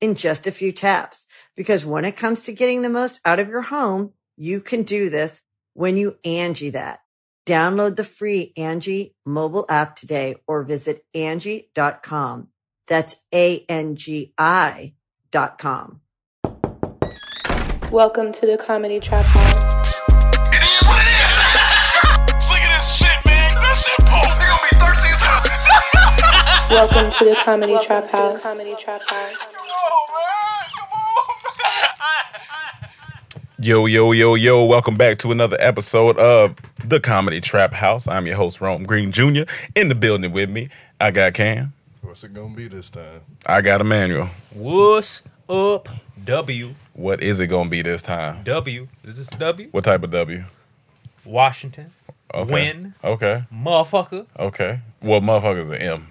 in just a few taps. Because when it comes to getting the most out of your home, you can do this when you Angie that. Download the free Angie mobile app today or visit Angie.com. That's A-N-G-I dot com. Welcome to the Comedy Trap It House. is what it is. Look at this shit, man. That shit pulled. They gonna be thirsty as hell. Welcome to the Comedy Welcome Trap to the House. Comedy Trap House. Come on, man. Come on. Yo, yo, yo, yo, welcome back to another episode of The Comedy Trap House. I'm your host, Rome Green Jr. In the building with me, I got Cam, What's it gonna be this time? I got Emmanuel. What's up, W? What is it gonna be this time? W. Is this a W? What type of W? Washington. Okay. Win. Okay, Motherfucker. okay. Well, motherfucker's an M.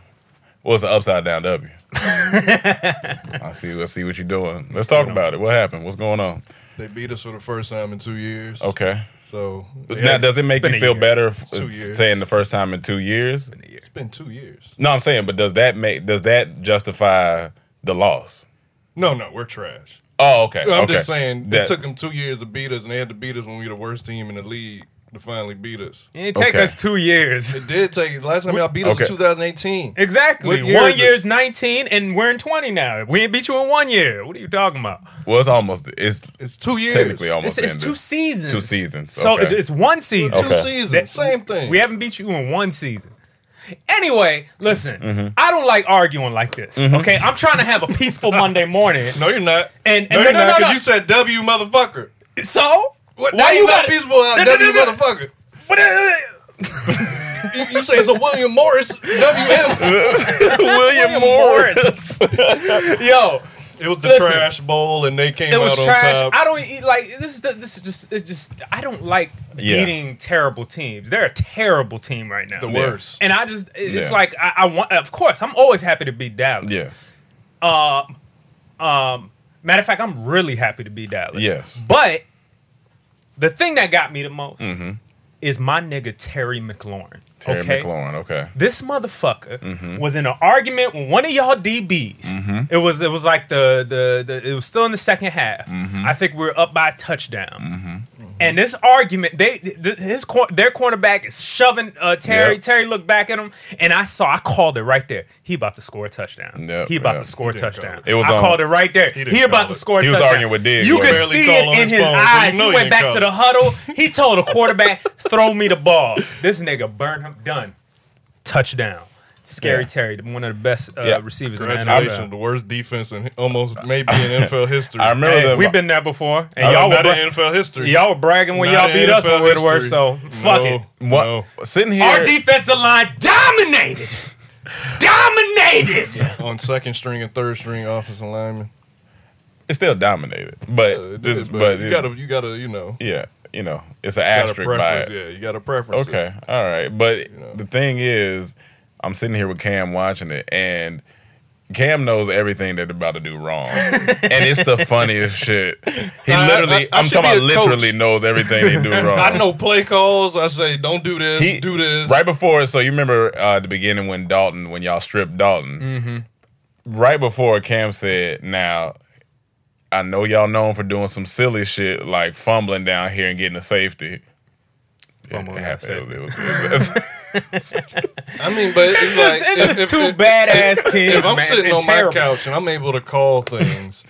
What's an upside down W? I see. Let's see what you're doing. Let's talk about it. What happened? What's going on? They beat us for the first time in two years. Okay. So Now, does it make been you a feel year. better f- two years. saying the first time in two years? it's been two years. No, I'm saying, but does that make does that justify the loss? No, no, we're trash. Oh, okay. I'm okay. just saying That- it took them two years to beat us, and they had to beat us when we were the worst team in the league to finally beat us. It didn't take Okay. us two years. It did take last time y'all beat us Okay. was 2018. Exactly. What year one is it? year's 19 and we're in 20 now. We ain't beat you in one year. What are you talking about? well, it's almost it's It's two years. technically almost It's, it's ended. two seasons. Two seasons, So okay. it- it's one It's season. two Okay. seasons. That- Same thing. We haven't beat you in one season. Anyway, listen, Mm-hmm. I don't like arguing like this. Okay, I'm trying to have a peaceful Monday morning. no, you're not. And- no, and you're no, no, not no, no. you said W motherfucker. So What, why you not gotta- peaceful? out No, no, W no, no. motherfucker. What the- You, you say it's a William Morris WM. William Morris. Yo, It was the Listen. trash bowl, and they came it out was on trash. top. I don't eat like this. Is the, this is just it's just I don't like Yeah. beating terrible teams. They're a terrible team right now. the worst. And I just it's Yeah. like I, I want. Of course, I'm always happy to beat Dallas. Yes. Matter of fact, I'm really happy to beat Dallas. Yes. But the thing that got me the most Mm-hmm. is my nigga Terry McLaurin. Terry okay. McLaurin. Okay. this motherfucker was in an argument with one of y'all DBs. It was it was like the, the the it was still in the second half. Mm-hmm. I think we were up by a touchdown. And this argument, they th- th- his cor- their cornerback is shoving uh, Terry. Yep. Terry looked back at him, and I saw I called it right there. He about to score a touchdown. Yep, he about yep. to score a He didn't touchdown. call it. It was I on- called it right there. He, didn't about call to it. score. A He was touchdown. arguing with Diggs, You wasn't could he? Barely see call it on in his his phone, so you eyes. know He he went didn't back call to the it. huddle. He told the quarterback, "Throw me the ball." This nigga burned him. Done touchdown. Scary Yeah. Terry, one of the best uh, Yeah. receivers in the Congratulations, NFL. the worst defense in almost maybe in NFL history. I remember Hey, that. we've been there before, y'all and y'all were, Uh, not bra- in NFL history. y'all were bragging when Not y'all in beat us NFL when we were the worst. So history. fuck No, it. what, no. sitting here. Our defensive line dominated, dominated. on second string and third string offensive linemen. it's still dominated, but Uh, it this, is, but, you it- gotta, you gotta, you know, you yeah, you know, it's an got a asterisk by preference. it. Yeah, you got a preference. Okay, all right, but know. the thing is, I'm sitting here with Cam watching it, and Cam knows everything that they're about to do wrong, and it's the funniest shit. He I- literally, I- I I, am should talking be about a coach. literally knows everything they do wrong. I know play calls. I say, don't do this, He- do this. Right before, so you remember uh, the beginning when Dalton, when y'all stripped Dalton. Mm-hmm. Right before Cam said, "Now, I know y'all known for doing some silly shit like fumbling down here and getting a safety." Yeah, Fumbling it down happened. safety. It was- it was- I mean, but it's like It's if- two if- badass teams, If I'm man, sitting and on terrible. Mm-hmm. my couch and I'm able to call things,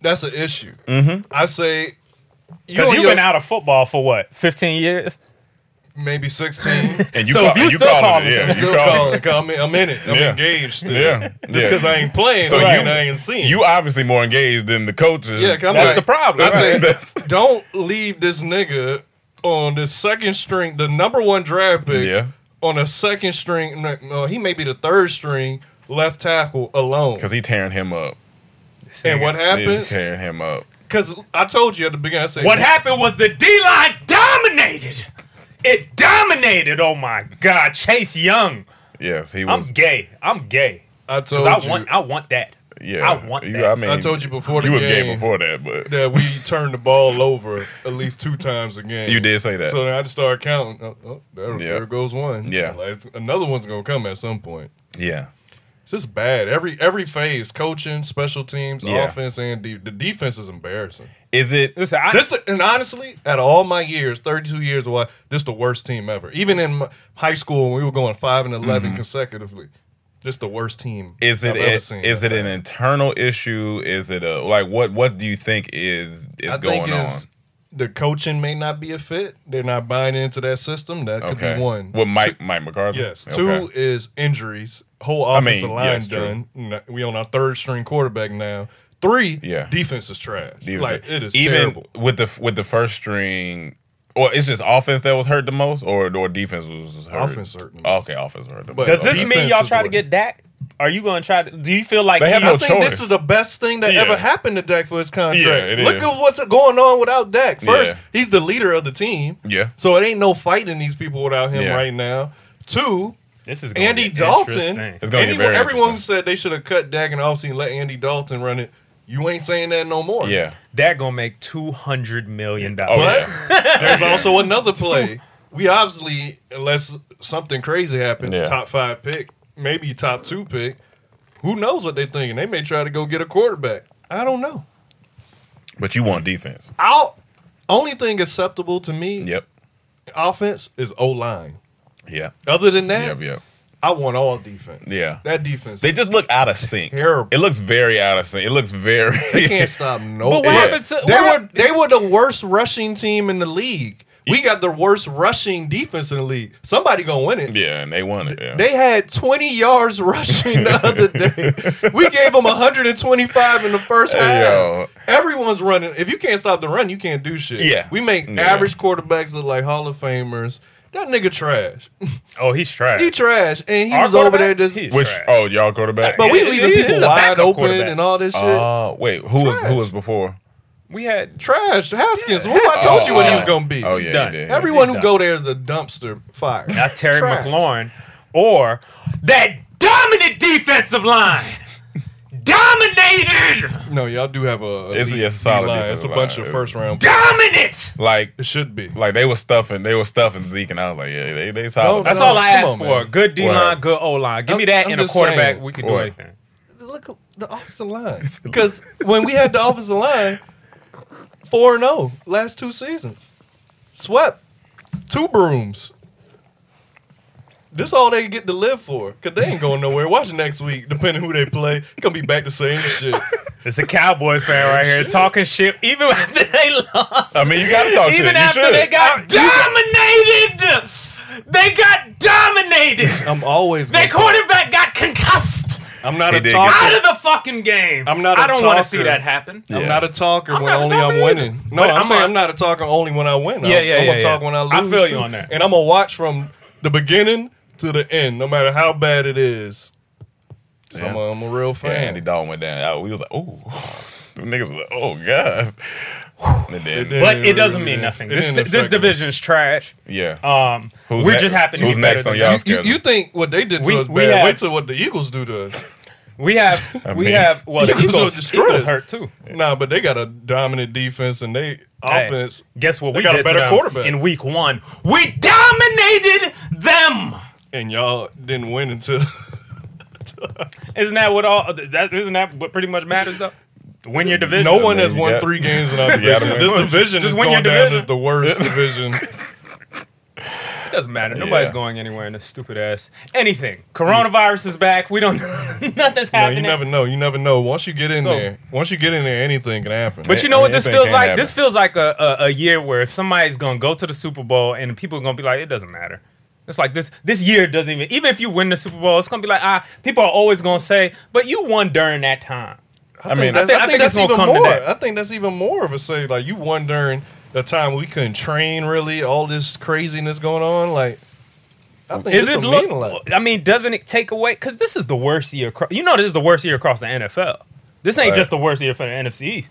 that's an issue. I say, Because and you've your- been out of football for what, 15 years? maybe 16. And you So call, if you and you still call calling it, yeah, something, you Still call it. calling. 'cause I'm, in- I'm in it. I'm Yeah. engaged still. Yeah, Just yeah. because I ain't playing, So so you- I ain't seeing. You obviously more engaged than the coaches. Yeah, 'cause I'm That's like, the problem. I right? think that's don't leave this nigga on the second string, the number one draft pick Yeah. on a second string. no, No, he may be the third string left tackle alone. because he tearing him up. And what He's happens? tearing him up. Because I told you at the beginning, I said, What happened was the D line dominated. It dominated. Oh my God, Chase Young. Yes, he I'm was. gay. I'm gay. I Cause told I you. want. I want that. yeah, I want you, that. I mean, I told you before the you was gay game. before that, but that we turned the ball over at least two times a game. You did say that. So then I just started counting. Oh, oh, there, Yeah. there goes one. Yeah. Like, another one's gonna come at some point. yeah, It's just bad. Every every phase, coaching, special teams, Yeah. offense, and de- the defense is embarrassing. is it? Listen, I, This the, and honestly, out of all my years, thirty two years, why this the worst team ever. Even in my high school, when we were going five and 11 consecutively, this the worst team. Mm-hmm. Is it? I've ever Is seen. it an internal issue? Is it a like what? What do you think is is I going think it's- on? The coaching may not be a fit. They're not buying into that system. That could Okay, be one. Well, Mike Mike McCarthy. Yes. Okay. Two is injuries. Whole offensive mean, line yes, true. done. N- We on our third string quarterback now. Three. Yeah. Defense is trash. Do you Like think- it is even terrible. with the with the first string. Or it's just offense that was hurt the most, or or defense was hurt. Offense hurt the most. Okay, offense hurt the most. But- does Okay. this mean defense y'all is try to what- get Dak? Are you gonna try to? Do you feel like They have he- no I think choice. this is the best thing that Yeah. ever happened to Dak for his contract. Yeah, it Look is. at what's going on without Dak. First, Yeah. he's the leader of the team. Yeah. So it ain't no fighting these people without him Yeah. right now. Two, This is gonna Andy get Dalton. interesting. It's gonna get very everyone who interesting. said they should have cut Dak in the offseason and let Andy Dalton run it. You ain't saying that no more. yeah, Dak gonna make two hundred million oh dollars. yeah, There's also another play. We obviously, unless something crazy happened, Yeah. top five pick, maybe top two pick. Who knows what they're thinking? They may try to go get a quarterback. I don't know. but you want defense. I'll only thing acceptable to me, Yep, offense is O line. yeah, Other than that, yep, yep. I want all defense. Yeah. that defense. They just look out of sync. Terrible. It looks very out of sync. It looks very. they can't stop no. But what one. happened to- they what were hap- they were the worst rushing team in the league. We got the worst rushing defense in the league. Somebody gonna win it. yeah, and they won it. Yeah. They had 20 yards rushing the other day. We gave them 125 in the first half. yo. Everyone's running. If you can't stop the run, you can't do shit. Yeah. We make Yeah. average quarterbacks look like Hall of Famers. That nigga trash. Oh, he's trash. He trash. And he Our was over there quarterback? just. He's Which trash. oh y'all quarterback. But we He- leaving he- he's people a wide backup open quarterback. and all this shit. Oh wait, who was who was before? we had trash. Haskins. Yeah, Who I told Oh, you what he oh. was going to be. Oh yeah, he done. did. Everyone who He's go there is a dumpster fire. not Terry Trash. McLaurin or that dominant defensive line. Dominated, No, y'all do have a. It's- elite it's a solid D-line. defensive It's a bunch line. of first round. dominant. like It should be. like they were stuffing they were stuffing Zeke and I was like yeah they they solid. That's No, all I come asked on, for. man. Good D line, Right. good O line. Give me I'm- that I'm and a just quarterback. saying. We can do Boy. anything. look at the offensive line. Because when we had the offensive line, four and zero last two seasons, swept two brooms. This all they get to live for, cause they ain't going nowhere. Watch next week, depending who they play, gonna be back the same shit. It's a Cowboys fan right here talking shit, even after they lost. I mean you gotta talk Oh, shit. even You after should. they got dominated, they got dominated. I'm always Their gonna quarterback got concussed I'm not He a did get out talker. of the fucking game. I'm not a I don't want talker. to see that happen. Yeah. I'm not a talker when not a only talker I'm either. winning. No, But I'm, I'm saying a- I'm not a talker only when I win. I'm, Yeah, yeah, I'm yeah, gonna talk yeah. when I lose. I feel too. you on that. And I'm gonna watch from the beginning to the end, no matter how bad it is. So Yeah. I'm, a, I'm a real Yeah, fan. Andy Dalton went down. I- we was like oh, the niggas was like oh god. And then, did. But Yeah, it doesn't it mean is. nothing. It This didn't this affect me. division is trash. yeah. Um, Who's we're next- just happy to who's be better next on than y'all's them. You, schedule? you think what they did to We- us we bad? have- Wait till what the Eagles do to us. We have I we mean- have well the Eagles Eagles, are destroyed. Eagles hurt too. Nah, but they got a dominant defense and they Hey, offense. guess what They we got a did better to them quarterback. in week one? We dominated them. And y'all didn't win until Isn't that what all? That isn't that what pretty much matters though? Win your division. no one mean, has you won got- three games in our You gotta division. win. This division Just is win your going down division. as the worst division. Doesn't matter. Nobody's Yeah. going anywhere in this stupid ass anything. Coronavirus is back. We don't. nothing's No, happening. you never know. You never know. Once you get in So- there, once you get in there, anything can happen. But you know I what mean, this anything feels can like? happen. This feels like a, a, a year where if somebody's gonna go to the Super Bowl and people are gonna be like, it doesn't matter. It's like this this year doesn't even even if you win the Super Bowl, it's gonna be like ah people are always gonna say, but you won during that time. I mean, I I think- think, I think that's it's gonna even come to more. that. I think that's even more of a say. Like you won during the time we couldn't train, really, all this craziness going on. Like, I think Is this it will look? mean a lot. I mean, doesn't it take away? Because this is the worst year. acro- You know, this is the worst year across the NFL. This ain't Right. Mm, just the worst year for the NFC. East.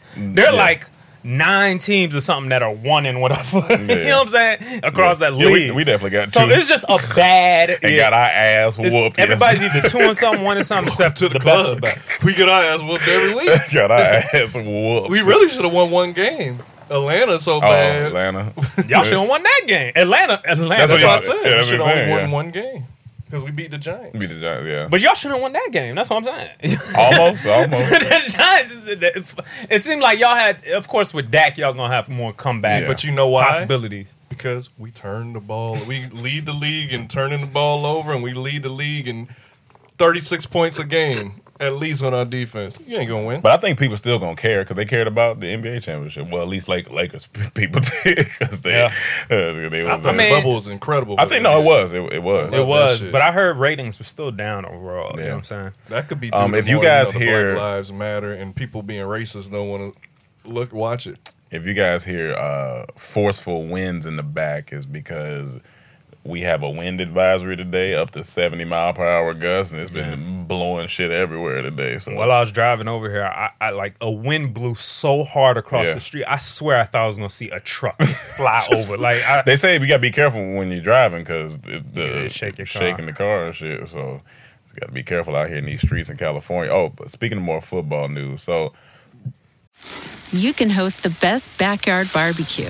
yeah. They're like nine teams or something that are one and whatever. you know Yeah. what I'm saying? Across that Yeah, league. we, we definitely got so two it's just a bad. and year. got our ass It's- whooped. Everybody's either two and something, one and something, except To the, best of club, the best. we get our ass whooped every week. got our ass whooped. We really should have won one game. Atlanta so Oh, bad. Atlanta. Y'all should have won that game. Atlanta, Atlanta. That's what That's y'all- what I said. Yeah, we that's should what have I'm only saying, won yeah. one game because we beat the Giants. Beat the Giants, yeah. but y'all shouldn't have won that game. That's what I'm saying. almost, almost. the Giants. the- It seemed like y'all had, of course, with Dak, y'all gonna have more comeback Yeah. But you know why? possibilities. Because we turn the ball, we lead the league in turning the ball over, and we lead the league in 36 points a game at least on our defense. You ain't gonna win. But I think people still gonna care because they cared about the NBA championship. Well, at least like Lakers p- people did because they, Yeah. uh, they I was. thought uh, mean- Bubble was incredible. I think no, it was, it, it was. Love It that was, shit. but I heard ratings were still down overall. You Yeah. know what I'm saying? That could be. due Um, to if you more, guys the hear- Black Lives Matter and people being racist, don't want to look watch it. If you guys hear uh, forceful winds in the back, is because we have a wind advisory today, up to seventy mile per hour gusts, and it's been blowing shit everywhere today. So While I was driving over here, I, I like a wind blew so hard across Yeah. the street. I swear, I thought I was gonna see a truck fly over. Like I, they say we gotta be careful when you're driving because the, the Yeah, shake your car. shaking the car and shit. So you gotta be careful out here in these streets in California. Oh, but speaking of more football news, so. you can host the best backyard barbecue.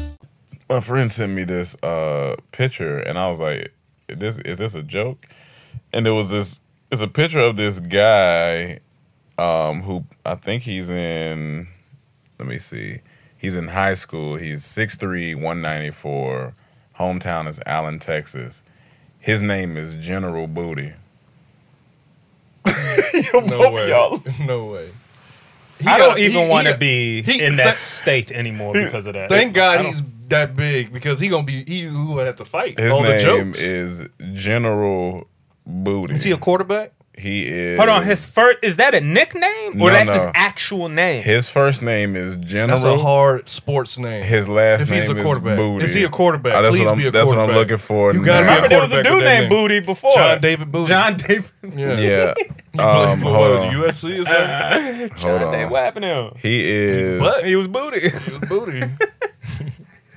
my friend sent me this uh picture and I was like, "This is this a joke?" And it was this it's a picture of this guy um who I think he's in let me see. He's in high school. He's 6'3", 194. Hometown is Allen, Texas. His name is General Booty. No way. y'all. No way. He I got- don't he- even he want to got- be he- in that th- state anymore because of that. Thank God I don't- he's that big because he gonna be he who would have to fight His all the name jokes. is General Booty. is he a quarterback? he is Hold on, his first is that a nickname No, or that's no. his actual name? his first name is General That's a hard sports name. His last If name he's a is quarterback. Booty. Is he a quarterback? Oh, that's Please what I'm, be a that's what I'm quarterback. looking for. You gotta now. Remember there was quarterback a dude with that named name. Booty before John David Booty. John David. Yeah. Yeah. Played um, for, hold what, on. USC or something? Hold John David. What on. happened to him? He is. But- He was Booty. Booty.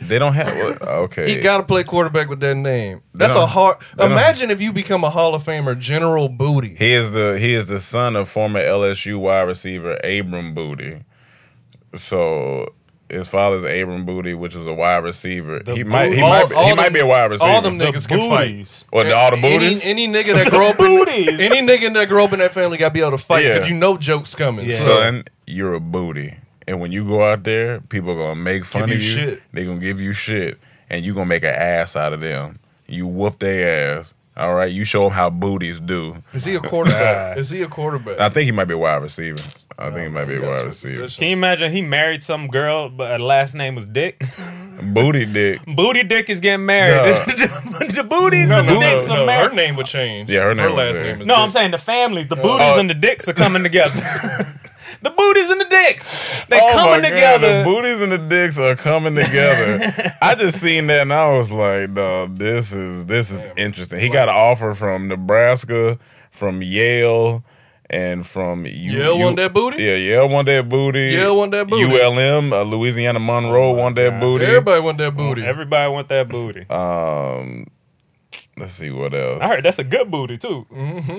They don't have. what- Okay. He got to play quarterback with that name. That's don't- a hard. don't- Imagine if you become a Hall of Famer, General Booty. He is the he is the son of former LSU wide receiver Abram Booty. So his father's Abram Booty, which was a wide receiver. he might he Boo- might All- be, all he might them- be a wide receiver. All them niggas can fight. Booties. Or the, all the booties. Any, any nigga that grow up, Booties. in, any nigga that grow up in that family got to be able to fight Yeah. because you know jokes coming. Yeah. So son, you're a booty. And when you go out there, people are gonna make fun Give of you you. shit. They're gonna give you shit, and you gonna make an ass out of them. You whoop their ass. All right, you show them how booties do. is he a quarterback? is he a quarterback? I think he might be a wide receiver. I think he might be a That's wide his receiver. position. Can you imagine he married some girl, but her last name was Dick? Booty dick. Booty dick is getting married. No. the, booties No, and the no, dicks no, are Her married. name would change. Yeah, her name would last change. name is no, Dick. I'm saying the families, the booties Oh. and the dicks are coming together. the booties and the dicks, they Oh my coming God, together. the booties and the dicks are coming together. I just seen that and I was like, no, this is this is interesting. He got an offer from Nebraska, from Yale, and from U- Yale want that booty? Yeah, Yale want that booty. Yale want that booty. ULM, uh, Louisiana Monroe Oh want that booty. Everybody want that booty. Everybody want that booty. Um, let's see what else. I heard that's a good booty too.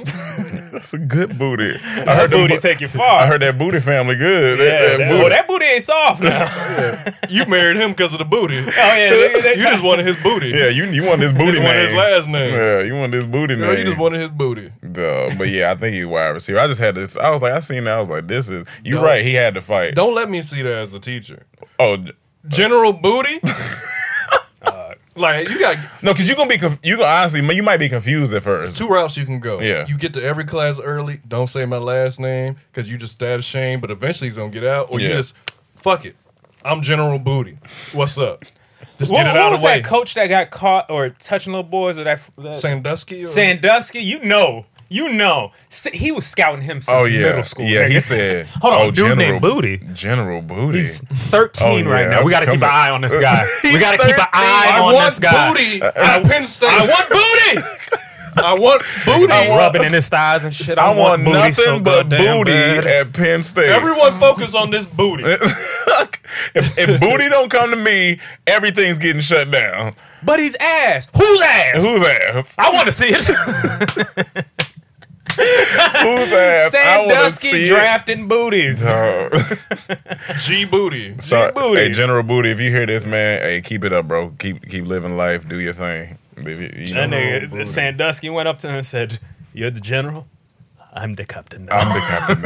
that's a good booty. I That heard the booty bo- take you far. I heard that booty family good. yeah, that, that that- booty. well, that booty ain't soft now. Oh, you married him because of the booty. oh yeah, they- they you just wanted his booty. yeah, you you want this booty just name? wanted his last name. Yeah, you want this booty Girl, name? you just wanted his booty. Duh, but yeah, I think he's wide receiver. I just had this. I was like, I seen that. I was like, this is. You're Don't- right. He had to fight. Don't let me see that as a teacher. Oh d- General booty. Uh, like you got no, because you're gonna be. Conf- you gonna honestly, you might be confused at first. two routes you can go. Yeah. You get to every class early. Don't say my last name because you just that ashamed. But eventually he's gonna get out. Or you Yeah. just fuck it. I'm General Booty. What's up? Just what get it out what of was the way. that coach that got caught or touching little boys or that, that Sandusky. Or? Sandusky? You know, you know, S- he was scouting him since Oh yeah, middle school. Yeah, he nigga. said. Hold on, oh, dude named Booty. General Booty. He's 13 Oh, right yeah, now. We got to come keep an on. eye on this guy. We He's got to keep an 13. eye I on want this guy. booty Uh, at Penn State. I want booty. I want booty. I'm rubbing in his thighs and shit. I, want, booty nothing so but goddamn booty bad. at Penn State. Everyone focus on this booty. if, if booty don't come to me, everything's getting shut down. But he's ass. Who's ass? Who's ass? I want to see it. Who's ass? I wanna see Sandusky it. drafting booties. Oh. G booty. Sorry. Booty. Hey, General Booty, if you hear this, man, hey, keep it up, bro. Keep keep living life. Do your thing. If you- you That know, nigga Sandusky went up to him and said, "You're the general. I'm the captain now. I'm the captain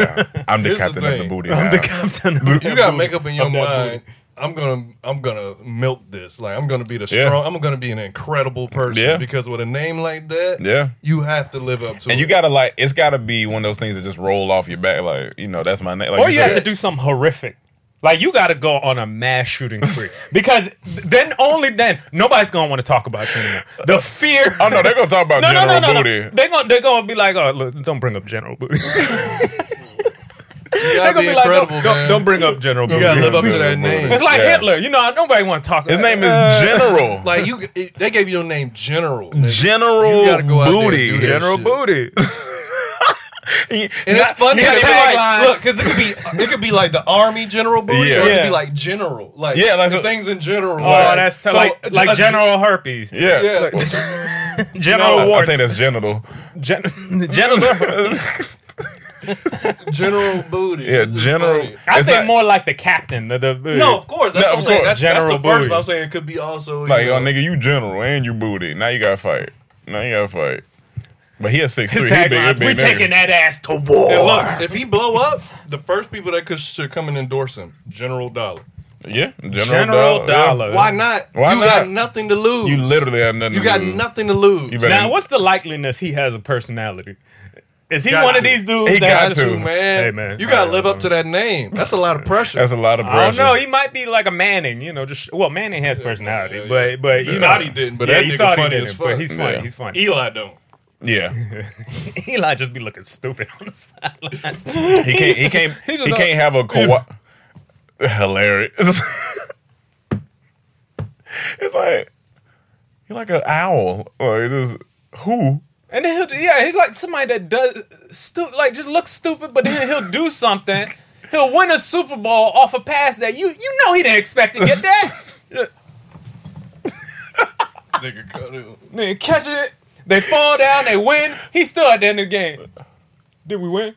now. I'm the Here's the captain of the thing. booty I'm now. the captain." You gotta make up in your Of that mind. I'm gonna I'm gonna milk this. Like I'm gonna be the Yeah. strong. I'm gonna be an incredible person Yeah. because with a name like that, Yeah. you have to live up to. And it. you gotta like, it's gotta be one of those things that just roll off your back. Like, you know, that's my name. Like, or you have to said, do something horrific. Like you got to go on a mass shooting spree because th- then only then nobody's gonna want to talk about you anymore. The fear. Oh no, they're gonna talk about no, no, General no, no, Booty. no. They're gonna they're gonna be like, "Oh, look, don't bring up General Booty." You they're gotta gonna be be like, incredible. "Don't, don't, man. don't bring up General You Booty." gotta live up to General that Booty. name. It's like Yeah. Hitler. You know, nobody want to talk. Uh, His name is General. Like you, it, they gave you a name, General. nigga. You General gotta go out there and Booty. do that General shit. Booty. And it's funny. his It's like, tagline- look, because it could be it could be like the Army General Booty, Yeah. or it Yeah. could be like General, like Yeah, like the so- things in general. Oh, that's so, like like General Herpes. Yeah. Yeah. General I, I Warts. think that's genital. Gen- General. General Booty. Yeah, This is General. funny. I it's think not- more like the captain. The, uh, the No, of course. That's No, what I'm of saying. course. That's, that's General the first. Booty. But I'm saying it could be also Like, you know, oh, nigga, you general and you booty. Now you gotta fight. Now you gotta fight. But he a six His three. He big, tagline is, he "We big nigga. taking that ass to And war." look, if he blow up, the first people that could should come and endorse him, General Dollar. Yeah, General, General Dollar. yeah. Dollar. Why not? Why you not? got nothing to lose. You literally have nothing. you to got lose. nothing to lose. You better- Now, what's the likeliness he has a personality? Is he Got one of to. these dudes? He that got to. man. Hey, man. You gotta live up to that name. That's a lot of pressure. That's a lot of I don't pressure. know. He might be like a Manning, you know. Just well, Manning has personality, yeah, yeah. but but you You know thought he didn't, but yeah, that you nigga thought funny he as didn't, fuck. but he's funny. Yeah. He's funny. Eli don't. yeah, Eli just be looking stupid on the sidelines. he can't. He can't. He's just he a- can't have a Kawhi. Hilarious. it's like you're like an owl. Like this. Who? And then he'll yeah, he's like somebody that does stu- like just looks stupid, but then he'll do something. He'll win a Super Bowl off a pass that you you know he didn't expect to get that. Nigga cut him. Nigga catching it. They fall down, they win. He's still at the end of the game. Did we win?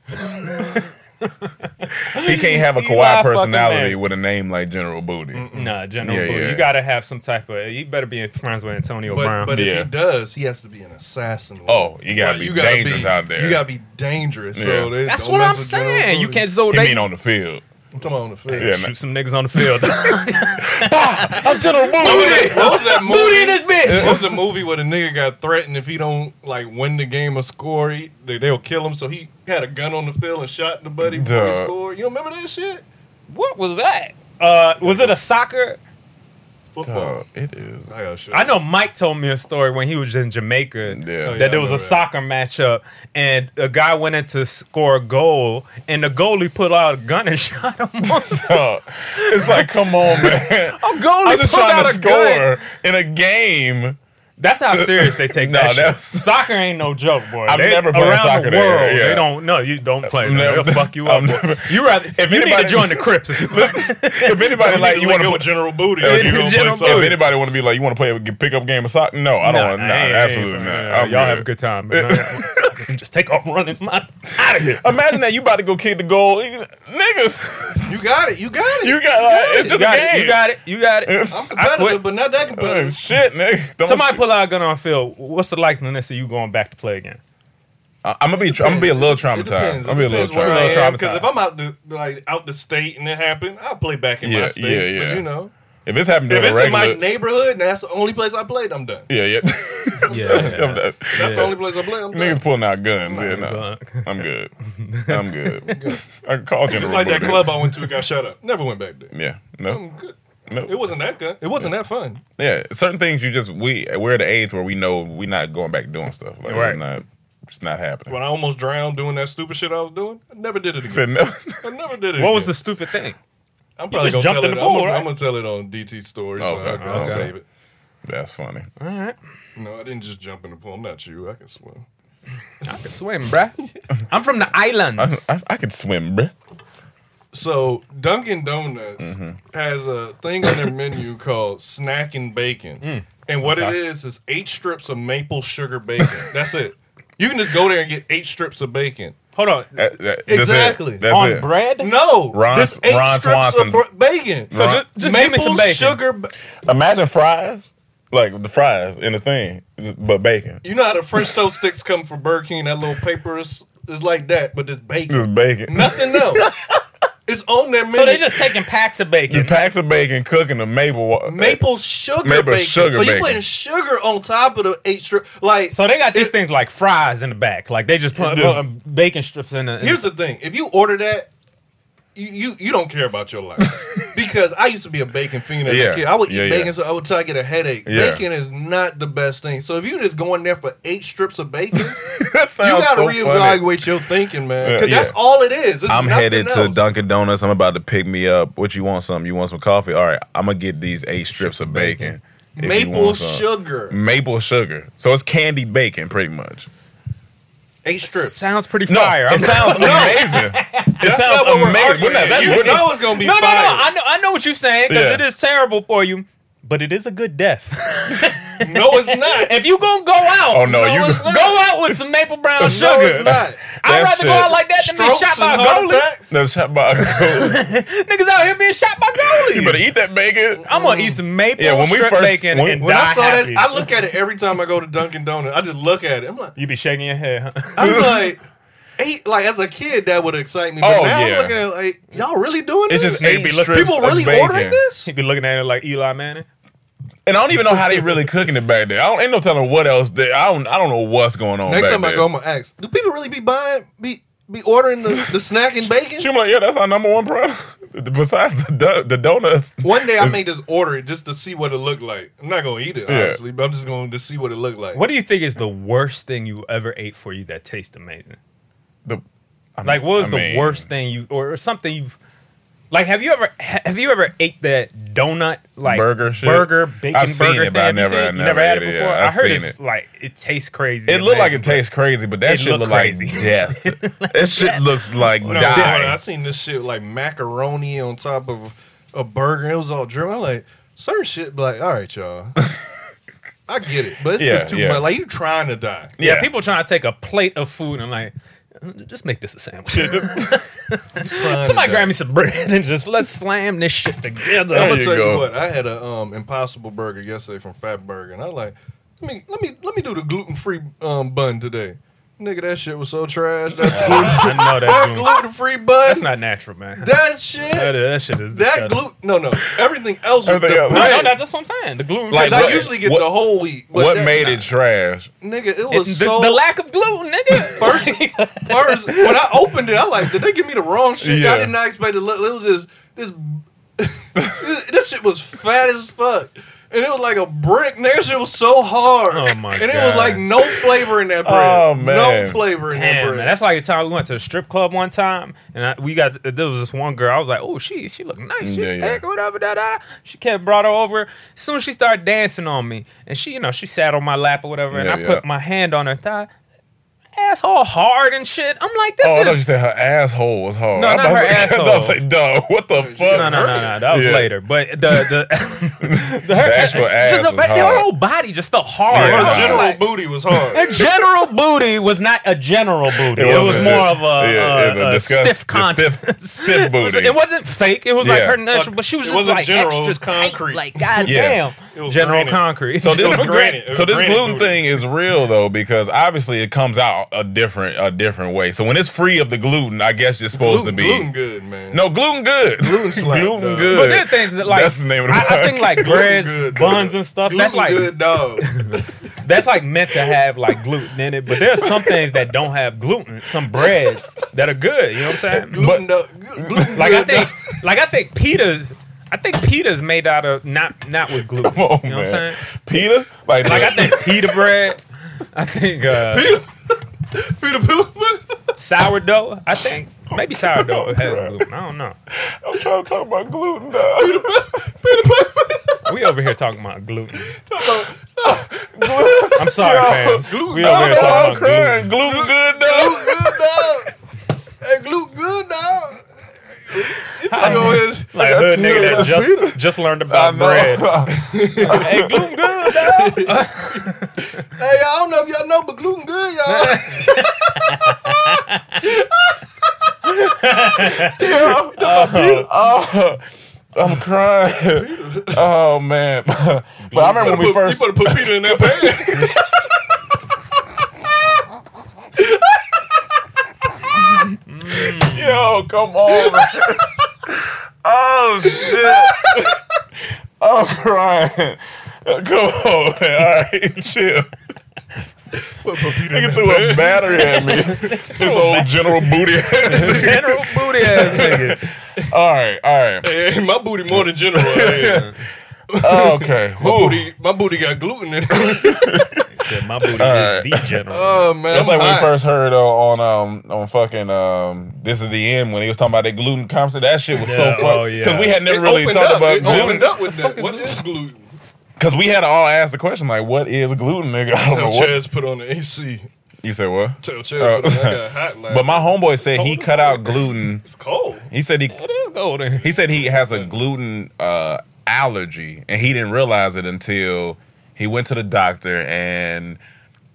He can't have a Eli Kawhi fucking personality Manning. with a name like General Booty. Mm. Nah, General Yeah, Booty. yeah. You gotta have some type of you better be friends with Antonio But, Brown. but Yeah. if he does, he has to be an assassin. Oh, you gotta Like, be dangerous out there. You gotta be dangerous. Yeah. So they That's don't what mess I'm with General saying. You Booty. can't so He they mean on the field. I'm talking about on the field. Yeah, man. shoot some niggas on the field. I'm General Booty. What was that movie? Booty in this bitch. What was the movie where the nigga got threatened if he don't like win the game or score, he, they, they'll kill him? So he had a gun on the field and shot the buddy before he Duh. scored. You remember that shit? what was that? Uh, was it a soccer? football. Dog, it is. I got shit. I know Mike told me a story when he was in Jamaica Yeah. Oh, that yeah, there I was remember a that. soccer matchup and a guy went in to score a goal and the goalie put out a gun and shot him. Dog, it's like, come on, man. A goalie I'm just put trying out to a gun. score in a game. That's how serious they take No, that shit. that's- Soccer ain't no joke, boy. I've They- never played around soccer the there, world. yeah. They don't. No, you don't play. I've No, never- they'll fuck you I've up. boy. never- you rather if you need anybody- to join the Crips. If you If anybody like you want to go put with General Booty. Yeah, or you the gonna play General soccer? Booty. If anybody want to be like, you want to play a pickup game of soccer? No, I don't. want Nah, nah, I ain't- absolutely I ain't not. fucking- Y'all I'm have a good. good time. Just take off running. Out of here. Imagine that you about to go kick the goal, niggas. You got it. You got it. You got like, it's You just got a game. it. You got it. You got it. I'm I quit. competitive, but not that Oh, competitive. shit, nigga. Don't Somebody pull out a gun on field. What's the likeliness of you going back to play again? I'm gonna be. I'm gonna be a little It traumatized. I'm depends. gonna be a little where traumatized. I am. Because if I'm out the like out the state and it happened, I'll play back in Yeah, my state. yeah, But yeah. you know, If it's happening if to a it's in my regular, neighborhood and that's the only place I played, I'm done. yeah, yeah. Yeah. I'm not- That's the only place I played. I'm done. Niggas pulling out guns. Yeah, no. drunk. I'm good. I'm good. I can call It's General like that Booty. club I went to it got shut up. Never went back there. Yeah. I'm No. good. No. It wasn't that good. It wasn't that fun. Yeah, certain things you just we we're at the age where we know we're not going back doing stuff. Like Right. it's not it's not happening. When I almost drowned doing that stupid shit I was doing, I never did it Said again. no. I never did it. What was again. the stupid thing? I'm probably gonna just jumped tell in it. the pool, I'm, gonna, right? I'm gonna tell it on DT story. so Oh, Okay, I'll, I'll okay. save it. That's funny. No, I didn't just jump in the pool. I'm not you. I can swim. I can swim, bruh. I'm from the islands. I, I could swim, bruh. Uh, So Dunkin' Donuts Mm-hmm. has a thing on their menu called snack and bacon, Mm. and what it is is eight strips of maple sugar bacon. That's it. You can just go there and get eight strips of bacon. Hold on. That- that- uh, that's it. Exactly. That's on it. bread? No, Ron- this eight Ron strips Swanson's- of br- bacon. So Ron- just, just give maple me some bacon. sugar. ba- Imagine fries, like the fries in the thing, but bacon. You know how the French toast sticks come from Burger King? That little paper is, is like that, but it's bacon. Just bacon. Nothing else. it's on their menu. So they're just taking packs of The bacon. packs of bacon cooking the maple. wa- maple sugar Maple bacon. sugar so you bacon. putting sugar on top of the eight strip. Like so they got these it- things like fries in the back. Like they just put, This- putting bacon strips in the. in Here's the thing: if you order that, you you, you don't care about your life because I used to be a bacon fiend as Yeah. a kid. I would eat Yeah, yeah. bacon, so I would try to get a headache. Yeah. Bacon is not the best thing. So if you just go in there for eight strips of bacon, you that sounds got to so funny. reevaluate your thinking, man. Yeah, Because yeah. that's all it is. It's I'm nothing headed to else. Dunkin' Donuts. I'm about to pick me up. What you want? Some? You want some coffee? All right. I'm gonna get these eight strips of bacon. if you Maple want some. sugar, Maple sugar. So it's candied bacon, pretty much. eight the- strips. sounds pretty fire. I'm it sounds amazing. It sounds not what we're amazing. We're arguing not, here. that's, You we're know not, it's gonna be no, no, no. fire. I know, I know what you're saying because Yeah. it is terrible for you, but it is a good death. No, it's not. if you gonna go out, oh no, No, you. it's not. go out with some maple brown no, sugar. it's not. That I'd rather go shit. out like that than be Strokes shot by a and heart goalie. attacks? No, shot by a goalie. Niggas out here being shot by goalies. You better eat that bacon. I'm gonna eat some maple Yeah, when we strip first- bacon when- and When die I saw happy. that, I look at it every time I go to Dunkin' Donuts. I just look at it. I'm like, you be shaking your head, huh? I'm like, eight, like as a kid that would excite me. But Oh, now yeah. I'm looking at it like, y'all really doing It's this? just eight Maybe strips look- People of really bacon. ordering this? He be looking at it like Eli Manning. And I don't even know how they really cooking it back there. I don't ain't no telling what else. They, I don't. I don't know what's going on. Next back time there. I go, I'm gonna ask, do people really be buying, be be ordering the, the snack and bacon? She was like, yeah, that's our number one product. Besides the do- the donuts. One day I It's- may just order it just to see what it looked like. I'm not gonna eat it, Yeah. obviously, but I'm just gonna just see what it looked like. What do you think is the worst thing you ever ate for you that tastes amazing? The, I Like, what was I the mean, worst thing you or something you like? Have you ever ha- have you ever ate that donut like Burger shit? burger bacon I've seen burger it, thing? but I Have you never- seen I it? You never had it never ate it, before. yeah. I I've heard seen it's it. like it tastes crazy. It looked like it amazing. tastes crazy, but that It shit looked look like crazy. death. that shit looks like No, dude, I die. seen this shit like macaroni on top of a burger. It was all German. I'm like certain shit. Be like, all right, y'all. I get it, but it's Yeah, just too yeah. much. Like you trying to die. Yeah, Yeah. people trying to take a plate of food and I'm like. Just make this a sandwich. Trying Somebody to die. grab me some bread and just let's slam this shit together. There I'm you gonna tell go. you what. I had a um, Impossible Burger yesterday from Fat Burger, and I like let me let me let me do the gluten free um, bun today. Nigga, that shit was so trash. That I know that. dude. gluten free bun. That's not natural, man. that shit. That, That, that shit is disgusting. gluten. No, no. Everything else was Everything the else. No, bread. no, that- that's what I'm saying. The gluten. Like, I what- usually get what- the whole wheat. but What that- made it trash? Nigga, it It- was the, so the lack of gluten, nigga. First, first, when I opened it, I like, did they give me the wrong shit? Yeah. I did not expect it. to look- It was just this this shit was fat as fuck. And it was like a brick. And that shit was so hard. Oh, my And it was God. like no flavor in that bread. Oh, man. No flavor in that Damn, bread. man, that's like the time we went to a strip club one time, and I, we got there was this one girl. I was like, "Oh, she she looked nice, she Yeah, yeah. thick, whatever." Da, da. da." She kept brought her over. As soon as she started dancing on me, and she you know she sat on my lap or whatever, and Yeah, I put yeah. my hand on her thigh, ass all hard and shit. I'm like, "This oh, I thought you is said her asshole was hard. No, I not thought- her I was asshole. like, dog, what the fuck? no, no, no, no. That was Yeah. later, but the the the, The actual ass just was her, hard. her whole body just felt hard. Yeah, I Her was nah. just general like- booty was hard. Her general booty was not a general booty. It It, was wasn't. more of a, Yeah, a- it's a a disgust- stiff the stiff- contest. stiff It was- booty. It wasn't fake. It was like Yeah. her natural, but she was It just wasn't like general, it extra was concrete. concrete. Like goddamn, Yeah. It was general granite. concrete. So this was granite. It was so this granite gluten booty. thing is real though because obviously it comes out a different a different way. So when it's free of the gluten, I guess it's supposed Gluten, to be gluten good, man. no gluten good, gluten, slap, dog. good. But there are things that like that's the name of the I, I think like Gluten breads, good, dog. buns, and stuff. that's Gluten like good dog. that's like meant to have like gluten in it. But there are some things that don't have gluten. Some breads that are good. You know what I'm saying? Gluten dog. Gluten Like I good dog. think, like I think pitas. I think pita's made out of not not with gluten. Oh, you know man. what I'm saying? Peter, like, Like the- I think pita bread. I think uh, Peter Pan. sourdough. I think maybe sourdough has gluten. I don't know. I'm trying to talk about gluten. dog. We over here talking about gluten. I'm sorry, fans. We over here I'm, I'm talking about crying. gluten. Gluten, good dog. Good dog. Hey, gluten good dog. You know, it's- Like a hood nigga that just just learned about bread. Hey, gluten good. dog. Hey, I don't know if y'all know, but gluten good, y'all. oh, I'm crying. Oh man. but I remember when we first put Peter in that pan. Yo, come on. man. oh shit. I'm crying. Come on, man. All right, chill. Nigga threw a battery at me. this old general booty ass nigga. General booty ass nigga. All right, all right. Hey, my booty more than general. Hey, okay. my, Ooh. booty, my booty got gluten in it. Said my booty Alright. is the general. Oh, man. That's I'm like when we hot. first heard uh, on um on fucking um this is the end when he was talking about that gluten concept. That shit was so Yeah, fucked oh, yeah. because we had never It really opened talked up. about it gluten opened up with that. What is gluten? because we had to all ask the question like, what is gluten, nigga? I don't know Tell what Chaz put on the AC. you said. What? Tell Chaz Uh, put on that hot line. But my homeboy said he Cold as cut out fuck. gluten. It's cold. He said he It is golden. he said he has a gluten uh, allergy, and he didn't realize it until he went to the doctor, and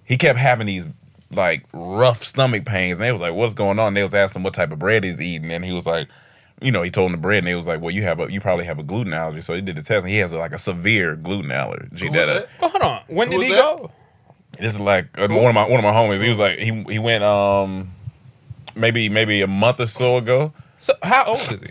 he kept having these like rough stomach pains. And they was like, "What's going on?" And they was asking him what type of bread he's eating, and he was like, "You know," he told him the bread, and they was like, "Well, you have a you probably have a gluten allergy." So he did the test, and he has like a severe gluten allergy. Who That, was uh, that? But hold on. When did was he that? go? this is like uh, one of my one of my homies. He was like he he went um maybe maybe a month or so ago. So how old is he?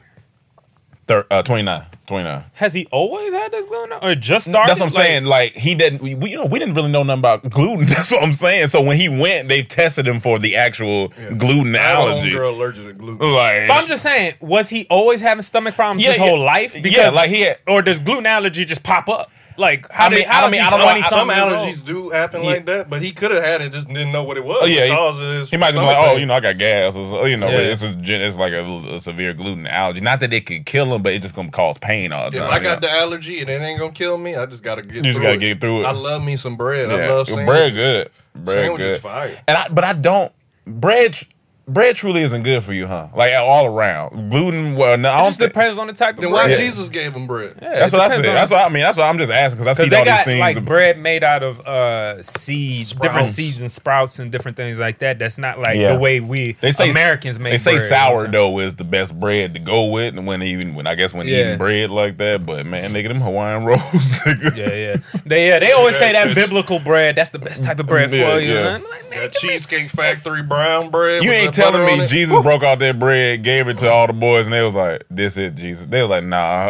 Thir- uh, 29, 29. Has he always had this going on, or just started? That's what I'm Like, saying. Like he didn't, we, we- you know, we didn't really know nothing about gluten. That's what I'm saying. So when he went, they tested him for the actual gluten allergy. Girl allergic to gluten. Like, But I'm just saying, was he always having stomach problems Yeah, his whole yeah. life? Yeah, like he had- or does gluten allergy just pop up? Like how I mean- did, how I does mean, he I don't know. twenty I- Some something years allergies old? do happen like that, but he could have had it, just didn't know what it was. oh yeah, because of he, his he might just be stomach like, oh, pain. you know, I got gas, or so- you know, but Yeah. it's just, gen- it's like a, a severe gluten allergy. Not that it could kill him, but it's just gonna cause pain all the If time. I got you the allergy and it ain't gonna kill me, I just gotta get. You just through gotta it. get through it. I love me some bread. know? I love Yeah. sandwiches. bread, good, bread, Sandwich good. is fire. And I, but I don't bread. tr- Bread truly isn't good for you, huh? Like all around, gluten. Well, no, I It don't just thi- depends on the type of Then why bread. Jesus gave him bread? That's it what I depends said. on- That's what I mean. That's what I'm just asking because I Because see they all these got things. like ab- bread made out of uh, seeds, different Sprouts. seeds and sprouts and different things like that. That's not like Yeah. the way we They say Americans make. They say bread. sourdough is the best bread to go with, and when even when I guess when Yeah. eating bread like that, but man, nigga, them Hawaiian rolls, nigga. Yeah, yeah. They yeah, they always say that biblical bread. That's the best type of bread for Yeah, you. yeah. I'm like, man, That give me- cheesecake factory brown bread. You with ain't that butter telling on me it. Jesus broke out that bread, gave Oh. it to all the boys, and they was like, "This is Jesus." They was like, "Nah."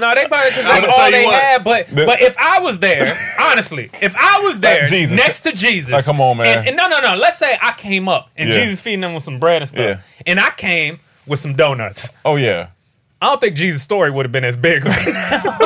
No, they probably because I'm that's gonna tell all you they what. had. But The- but if I was there, honestly, if I was there Jesus. next to Jesus, Like, come on, man. and, and no, no, no. Let's say I came up and Yeah. Jesus feeding them with some bread and stuff, Yeah. and I came with some donuts. oh yeah. I don't think Jesus' story would have been as big. Right now.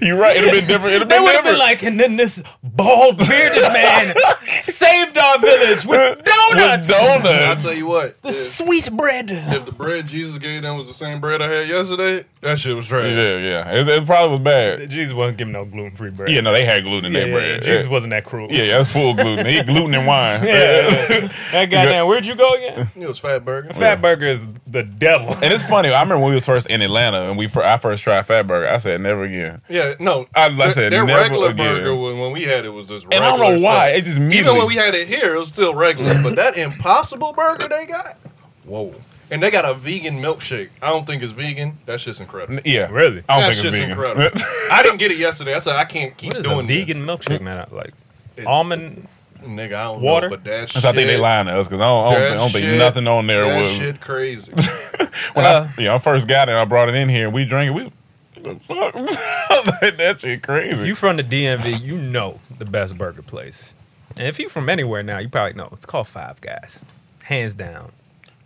You're right. It'd have been different. It'd have They been would have different. been like, and then this bald bearded man saved our village with donuts, With I'll donuts. tell you what. the If, sweet bread. if the bread Jesus gave them was the same bread I had yesterday, that shit was trash. Yeah, yeah. It, it probably was bad. Jesus wasn't giving no gluten free bread. Yeah, no, they had gluten in yeah, their yeah, bread. Jesus yeah. wasn't that cruel. yeah, yeah, that's full gluten. They eat gluten and wine. Yeah. That goddamn, where'd you go again? It was fat burger. Fatburger is the devil. And it's funny. I remember when we was first in Atlanta and we fir- I first tried Fatburger. I said never again. Yeah, no. I- I said their never regular again. burger when, when we had it was just And regular. I don't know why. It just Stuff. Even immediately. when we had it here, it was still regular. but that Impossible Burger they got, whoa! And they got a vegan milkshake. I don't think it's vegan. That's just incredible. yeah, Really? I don't think That's just it's vegan. incredible. I didn't get it yesterday. I said I can't keep What is a doing this. vegan milkshake, man? Like almond? nigga. I don't Water? know, but that shit. So I think they lying to us because I don't, I don't, that think, I don't think shit- nothing on there That was. shit crazy. When I, yeah, I first got it, I brought it in here and we drank it. We the fuck? that shit crazy. You from the DMV? You know the best burger place. And if you from anywhere now, you probably know it's called Five Guys, hands down.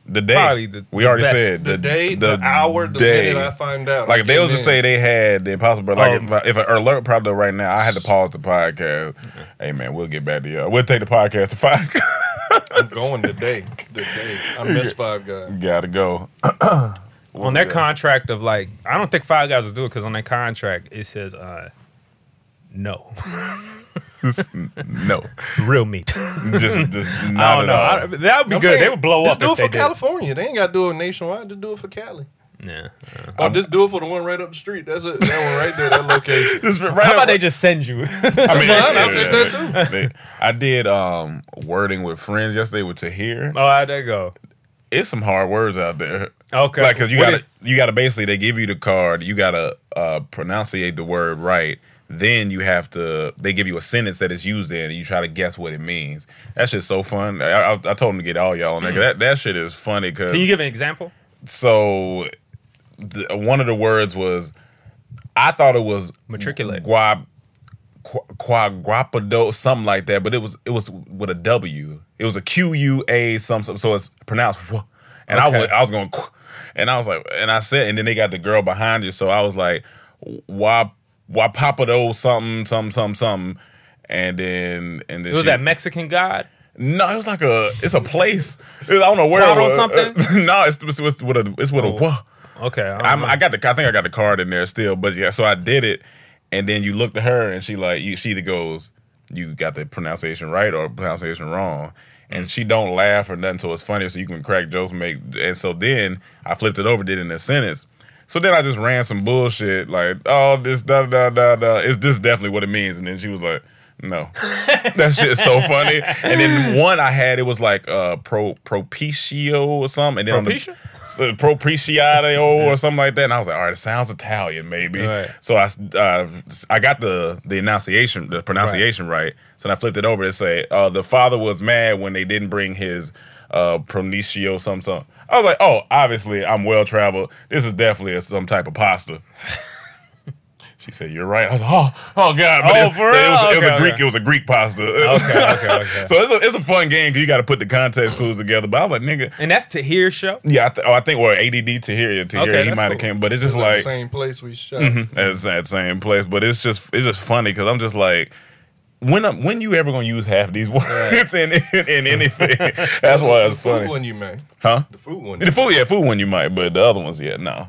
the day probably the- we the already best. said the, day, the, hour, the day. minute I find out. Like if they I'm was to getting say in. they had the impossible, like Um, if, I- if an alert popped up right now, I had to pause the podcast. Hey man, we'll get back to y'all. We'll take the podcast to five. I'm going today. Today, I miss Five Guys. Gotta go. on their contract of like, I don't think Five Guys will do it because on their contract it says uh, no No, real meat. just, just I not don't at all. know. I- that would be I'm good. saying, they would blow just up do if it they for did. California. They ain't got to do it nationwide. Just do it for Cali. Yeah. Uh, Or just do it for the one right up the street. That's it. That one right there. That location. Just right How up- about they just send you? I mean, fine. I'll take that they- I did um wording with friends yesterday with Tahir. oh, how'd that go? It's some hard words out there. Okay. like because you What gotta is- you gotta basically they give you the card. You gotta uh pronunciate the word right. Then you have to. They give you a sentence that is used there, and you try to guess what it means. That shit's so fun. I, I, I told them to get all y'all on there. Mm. 'cause That that shit is funny. Cause Can you give an example? so the, one of the words was I thought it was Matriculate. guap quadrapado something like that, but it was it was with a W. It was a Q U A something, so it's pronounced. Wha. And I was Okay. I was going, "Qu-" and I was like, and I said, and then they got the girl behind you, so I was like, why why papado something something something something. And then, and then It was she- that Mexican god. no, it was like a. It's a place. It- I don't know where Quad it or was. something? Oh. no, it's, it's with with a. It's with a. wha- Okay, I don't I'm, know. I got the. I think I got the card in there still. But yeah, so I did it, and then you looked at her, and she like you. She either goes, "You got the pronunciation right or pronunciation wrong," and she don't laugh or nothing. So it's funny. So you can crack jokes, make. And so then I flipped it over, did it in a sentence. So then I just ran some bullshit like, "Oh, this da da da da. Is this definitely what it means?" And then she was like. No, that shit is so funny. And then one I had it was like uh pro propicio or something. And then on the- Propitia? so, propitiato or something like that. And I was like, all right, it sounds Italian, maybe. Right. So I, uh, I got the the enunciation, the pronunciation right. So then I flipped it over and say, uh, the father was mad when they didn't bring his uh, pronicio some some. I was like, oh, obviously I'm well traveled. This is definitely a, some type of pasta. She said, "You're right." I was like, "Oh, oh God!" Oh, it, for it real? was, it was Okay, a Greek. okay. It was a Greek pasta. Okay, okay, okay. so it's a, it's a fun game because you got to put the context clues together. But I was like, "Nigga, and that's Tahir's show. yeah, I, th- oh, I think well, ADD to here, to Okay, here, he that's might have cool. came, but it's just Like, like same place we shot. Mm-hmm. it's that same place. But it's just it's just funny because I'm just like, when i when you ever gonna use half these words in, in in anything? That's why it's Food funny, one you made. huh? The food one. The food, yeah, food one you might, but the other ones, yeah, no.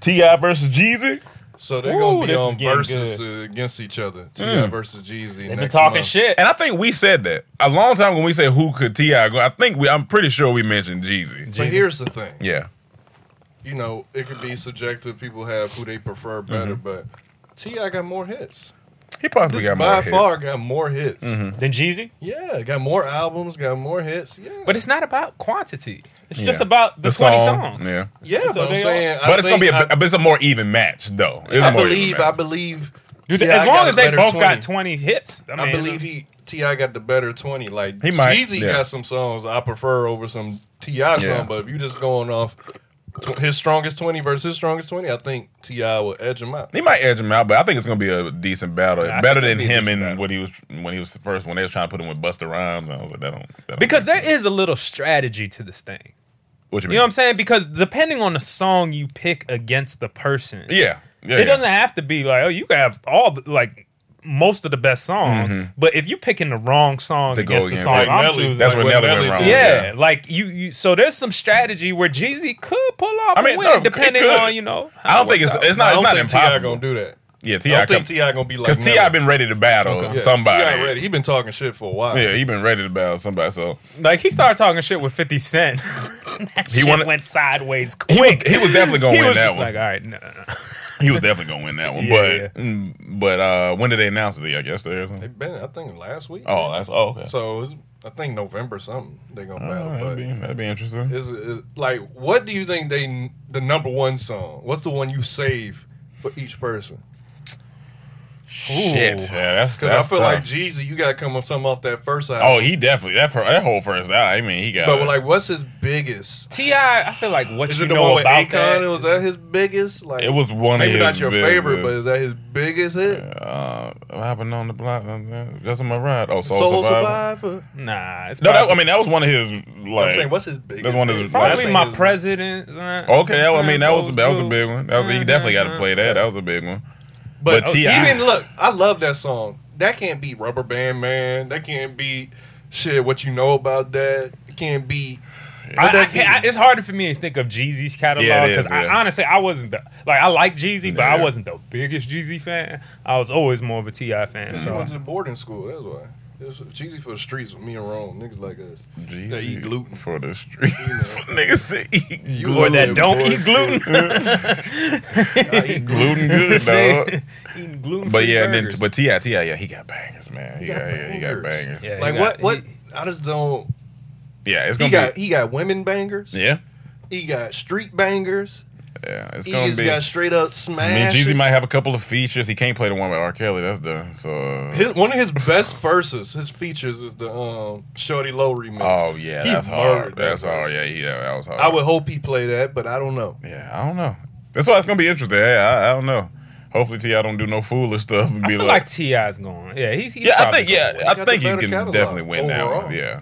Ti versus Jeezy. So they're gonna Ooh, be this is on getting versus good. uh, against each other. Ti versus Jeezy. They've been talking shit. And I think we said that a long time when we said who could Ti go. I think we. I'm pretty sure we mentioned Jeezy. But here's the thing. Yeah. You know, it could be subjective. People have who they prefer Mm-hmm. better, but Ti got more hits. He possibly This got more by hits. far got more hits. Than Jeezy. Yeah, got more albums, got more hits. Yeah, But it's not about quantity. It's Yeah. just about the, 20 songs. Yeah. yeah, so but I'm they saying, I But it's gonna think be a, I- but it's a more even match though. It's I a more even believe. match. I believe. Dude, T.I. as long got as a they better both 20. got 20 hits, I, I mean, believe he Ti got the better twenty. Like He might, Jeezy yeah. got some songs I prefer over some Ti Yeah. song. But if you just going off tw- his strongest twenty versus his strongest twenty, I think Ti will edge him out. He might edge him out, but I think it's gonna be a decent battle. Yeah, I Better than think it'll be a him decent and battle. when he was when he was first when they was trying to put him with Buster Rhymes. I was like, that don't that don't because make there sense. is a little strategy to this thing. what you, You know what I'm saying? Because depending on the song you pick against the person, Yeah, yeah. it yeah. doesn't have to be like, oh, you can have all the, like most of the best songs, but if you're picking the wrong song Mm-hmm. To go against the against song it. I'm Nelly, choosing, that's like, what what- Nelly went wrong. with, yeah, yeah. like you, you, so there's some strategy where Jeezy could pull off. I I mean, mean, no, he depending could. on you know. I don't think it's it's not I it's don't not think Ti impossible. gonna do that. Yeah, I Ti don't come think Ti gonna be like because Ti Nelly. been ready to battle Yeah, T.I. somebody. ready. He been talking shit for a while. Yeah, he been ready to battle somebody. So Like he started talking shit with Fifty Cent. that He shit wanted- went sideways he was, quick. he was definitely gonna He win was that just one. like, all right, no, no, no. He was definitely gonna win that one. Yeah, but yeah. mm, but uh, when did they announce it? I guess there's. They been I think last week. Oh, that's oh, okay. so it's, I think November something they gonna Oh, battle. that'd, but be, that'd be interesting. is, is like what do you think they the number one song? What's the one you save for each person? Shit, yeah, that's Because I that's feel tough. like Jeezy, you gotta come up something off that first album. Oh, he definitely that fir- that whole first album. I mean, he got. but like, what's his biggest? Ti, I feel like what Is you it the know one with about Akon? that. Was that his biggest? Like It was one of maybe not his your biggest. favorite, but is that his biggest hit? uh, what happened on the block? Uh, Just on my ride. Oh, Soul, Soul Survivor. Survivor. nah, it's No, probably, that, I mean that was one of his like. I'm saying, what's his biggest? that's one of his- hit? Probably That's probably saying my his- president. okay, that, I mean that was that was a big one. That was Mm-hmm, he definitely got to play that. That was a big one. But, But T.I. even look, I love that song. That can't be Rubber Band Man. That can't be shit. What you know about that? It can't be. What I, I that can't, I, be? it's harder for me to think of Jeezy's Yeah, catalog it is, because yeah. I, honestly I wasn't the, like I like Jeezy, but I Yeah. wasn't the biggest Jeezy fan. I was always more of a Ti fan. He So went to boarding school. That's why. It's cheesy for the streets with me and Rome. Niggas like us. Jeez, They eat gluten. for the streets. for niggas to eat gluten. Or that don't eat gluten. I eat gluten gluten. good, dog. Eating gluten. But yeah, then but Ti Ti yeah he got bangers, man. He, got, yeah, he got bangers. Yeah, Like what? What? I just don't. it's He gonna got be he got women bangers. yeah. He got street bangers. Yeah, it's He gonna just be. got straight up I mean, smashed. Jeezy might have a couple of features. He can't play the one with R. Kelly. That's done. So uh, His, one of his best verses, his features is the um, Shorty Low remix. Oh yeah, He that's murdered hard. that That's verse. hard. Yeah, he, yeah, that was hard. I would hope he play that, but I don't know. Yeah, I don't know. That's why it's gonna be interesting. Yeah, I, I don't know. Hopefully, Ti don't do no foolish stuff and I be feel like, like Ti's going. Yeah, he's, he's yeah, I probably think, yeah, gonna win. I think got the he better can catalog definitely win that overall. one. Yeah,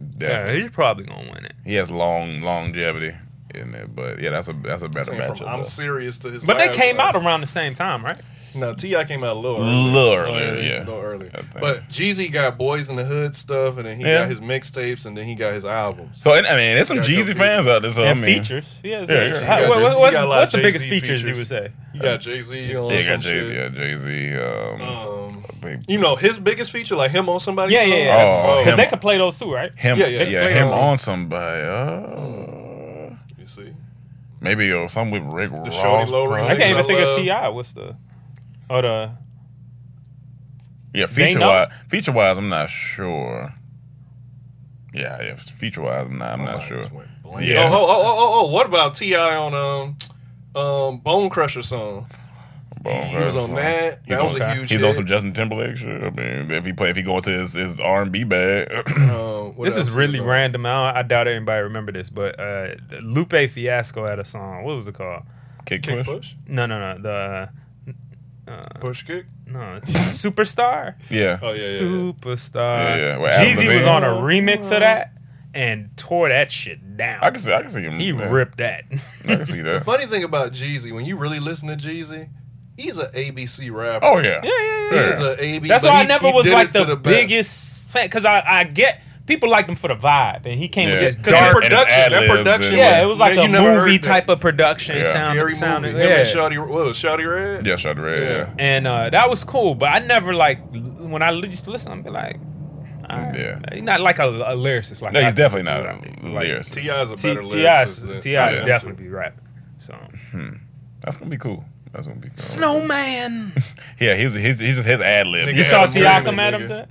Yeah, definitely. he's probably gonna win it. He has long longevity in it, but yeah, that's a that's a better Saying matchup. from I'm though. serious to his. But they last came out album. around the same time, right? No, Ti came out a little earlier. Little earlier, yeah. a little earlier. I think. But Jeezy got Boys in the Hood stuff, and then he Yeah. got his mixtapes, and then he got his albums. So and, I mean, there's some Yeah, Jeezy don't fans out there. So, I and mean, features. Yeah, Yeah, yeah. How- You got- what- you what's, got a lot what's of the biggest Jay-Z features, you features. would say? You got Jay Z on Yeah, some got Jay, shit. yeah, Jay Z. Um, Um, big- you know his biggest feature, like him on somebody. Yeah, yeah, song? yeah. Oh, Because him. they could play those too, right? him, yeah, yeah, yeah, yeah, they him play- on somebody. Uh, You see, maybe or something with Rick Ross. Shorty Low probably. remix. I can't even I think of uh, love- Ti. What's the or the Yeah, They feature know? wise, feature wise, I'm not sure. Yeah, yeah, feature wise, I'm not, I'm not sure. Oh, Yeah, oh, oh, oh, oh, what about Ti on um, um, Bone Crusher song? Bone he Crusher was on song. that. He's That was on- a huge He's hit. also Justin Timberlake. Sure, I mean, if he play, if he go into his, his R and B bag, Um, what this else is really on? random. I, don't- I doubt anybody remember this, but uh, Lupe Fiasco had a song. What was it called? kick, Kick push. push, No, no, no. The push kick. no superstar, Yeah, Oh yeah, yeah, yeah. superstar. Yeah, yeah, with Adam Jeezy was Levine. on a remix of that and tore that shit down. I can see, I can see him. he yeah, ripped that. I can see that. Funny thing about Jeezy, when you really listen to Jeezy, he's an ABC rapper. Oh yeah, yeah, yeah, He's yeah. a AB. That's but why I he- never he was did like it to the, best. biggest fan because I, I get people liked him for the vibe and he came Yeah. with this Yeah, 'cause and his dark. his production, that ad-libs production and- yeah, it was like Man, a you never heard movie that. type of production. Yeah. It sounded, Scary sounded movie. Yeah. yeah. Shawty, what was it, Shawty Red? yeah, shot red. Yeah, and uh, that was cool. But I never like l- when I l- used to listen, I'd be like, all right. Yeah. he's not like a, a lyricist. Like no, he's I- definitely not a like, lyricist. Ti is a T- better Ti, lyricist than- Ti Yeah. definitely be rapping. So That's gonna be cool. That's gonna be cool. snowman. Yeah, he's he's he's just his ad lib. You Yeah, saw I'm Ti ready, come at him nigga.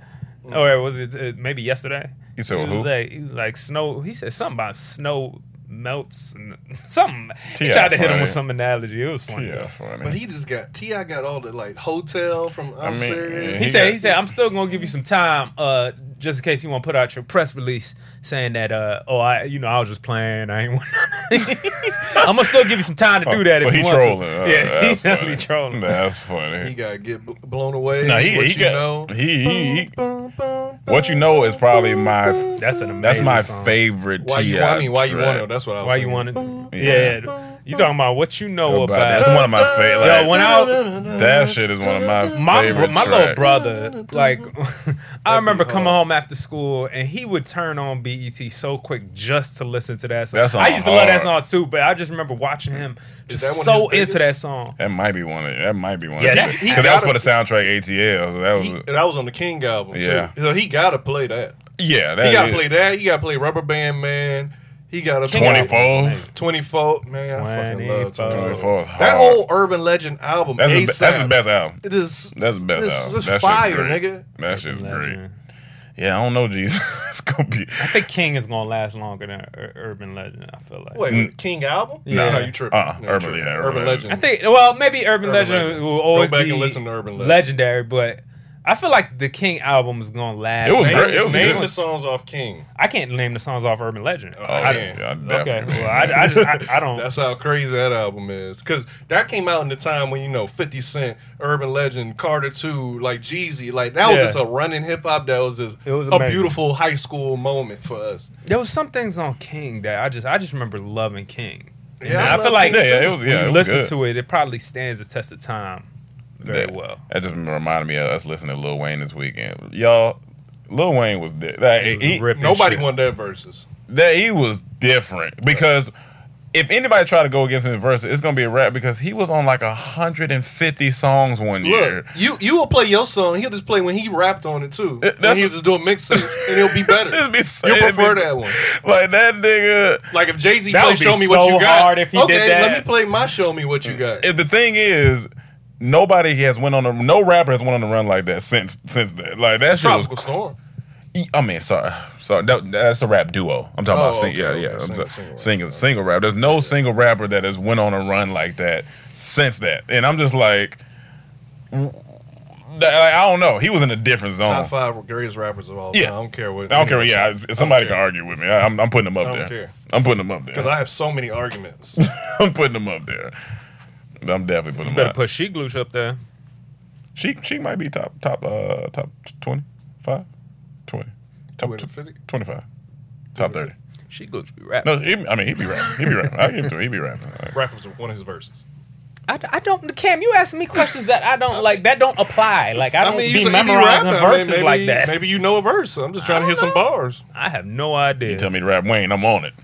today, or was it uh, maybe yesterday? You said he was who? like he was like snow. He said something about snow melts. And something. He T.I. tried to hit him funny. with some analogy. It was funny. Yeah, though. funny. But he just got Ti got all the like hotel from I'm mean, serious. yeah, He, He said, got- he said, I'm still gonna give you some time, uh, just in case you want to put out your press release saying that, uh, oh, I, you know, I was just playing. I ain't. want I'm gonna still give you some time to do that so if Oh, he you want trolling. to. Uh, yeah, that's he's definitely funny. trolling. That's funny. He got get bl- blown away. No, he, what he you got know. he, he, he Bum, bum, bum. What you know is probably my that's That's an amazing. that's my song. favorite Why you? T.I. I mean, why you want track. to? That's what I was. Why you saying. want it? Yeah. Yeah, you talking about what you know about about? that's one of my favorite. Yo, when I that shit is one of my, my favorite. my little tracks. brother, like I remember hard. coming home after school and he would turn on BET so quick just to listen to that song. That song I used to love that song hard. too, but I just remember watching him just that one of so his into biggest? that song. That might be one. Of, that might be one. Yeah, Yeah, that- because he that, was gotta- for the soundtrack ATL. So that was He, that was on the King album. Yeah. too. so he got to play that. yeah. That He got to is- uh, play that. He got to play Rubber Band Man. He got to King album. 24. 24 man. I fucking love 24. 24 is That hard. whole Urban Legend album. that's the, ASAP. be- that's the best album. It is. That's the best This- album. this That shit's fire, great. nigga. That shit's great. Legend. Yeah, I don't know, Jesus. it's gonna be. I think King is gonna last longer than Ur- Urban Legend. I feel like. Wait, King album? Yeah. No, you tripping. Mm. Uh-uh. No, you Urban- tripping. yeah, Urban Urban Legend. Legend. I think well maybe Urban, Urban Legend, Legend. will always Go back be and listen to Urban Legend. legendary, but I feel like the King album is gonna last. It was Maybe- great. It was maybe- Name good. the songs off King. I can't name the songs off Urban Legend. Oh, I, yeah, I okay, definitely- well, I, I, just, I, I don't. That's how crazy that album is. Because that came out in the time when, you know, 50 Cent, Urban Legend, Carter 2, like Jeezy. Like, that was Yeah. just a running hip hop. That was just It was a amazing. beautiful high school moment for us. there was some things on King that I just I just remember loving King. And Yeah, I I, feel love like King, Yeah, too. it was- when yeah, you it was listen good. to it, it probably stands the test of time very well. That just reminded me of us listening to Lil Wayne this weekend. Y'all, Lil Wayne was di- like, He was he, ripping Nobody shit. won that versus. that he was different because if anybody tried to go against him in verse, it's gonna be a rap because he was on like hundred and fifty songs one year. Look, you you will play your song. He'll just play when he rapped on it too. that's When he'll what- just do a mixtape and it'll be better. It'd be so- You'll it'd be- prefer that one. Like that nigga. Like if Jay Z That play would be "Show Me What so You Got," hard if he did okay, that. let me play my "Show Me What You Got." And the thing is, nobody has went on a no rapper has went on a run like that since since that. Like that shit was Tropical Storm. E, I mean, sorry, sorry. That, that's a rap duo. I'm talking Oh, about sing, okay, yeah, okay. yeah. I'm Single- sorry. single, single rap, single, rap. There's no single rapper that has went on a run like that since that. And I'm just like, w- that- like, I don't know. He was in a different zone. Top five greatest rappers of all time. Yeah. I don't care what. I don't care. Yeah, anyone I- says. somebody I can argue with me. I, I'm, I'm putting them up I don't there. care. I'm putting them up Because there. I have so many arguments. I'm putting them up there. I'm definitely putting them Better up. put She Glooch up there. She she might be top top uh top 25? 20. Top 250? 25. Top 30. She Glooch be No, rapping. he, I mean, he'd be rapping. He'd be rapping. I give it to him. He'd be rapping. Like, Rappers with one of his verses. I, I don't, Cam. You asking me questions that I don't like. That don't apply. Like I don't you be say he memorizing rapping. I mean, verses maybe- like that. Maybe you know a verse. I'm just trying to I hear don't some know. bars. I have no idea. Tell me to rap Wayne. I'm on it.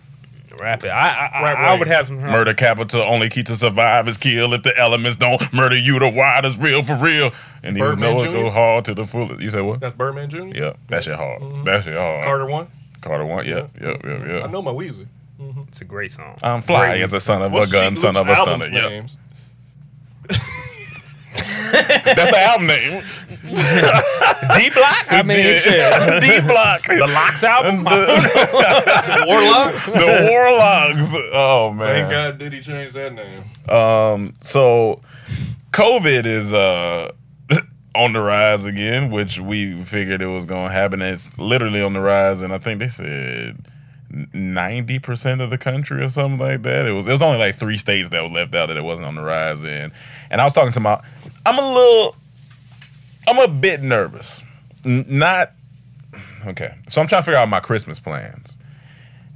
Rap it. I I, Rap I, I Wayne. would have some Murder capital. Only key to survive is kill. If the elements don't murder you, the why is real for real. And you Birdman know it Jr.? go hard to the fullest. You say what? That's Birdman Jr. Yeah, that shit hard. That shit hard. Carter one. Carter one. Yeah, yeah, yeah, yeah. I know my Weezy. It's a great song. I'm fly as a son of a What's gun, Sheik son of a Luke's stunner. album's Yeah, names? that's the album name. D Block. I mean, shit. D Block, The Locks album. Oh, Warlocks. the Warlocks. Oh Thank man. God did he change that name. So, COVID is uh on the rise again, which we figured it was going to happen. It's literally on the rise, and I think they said. 90% of the country or something like that. It was it was only like 3 states that were left out that it wasn't on the rise in. And I was talking to my I'm a little I'm a bit nervous. N- not okay. So I'm trying to figure out my Christmas plans.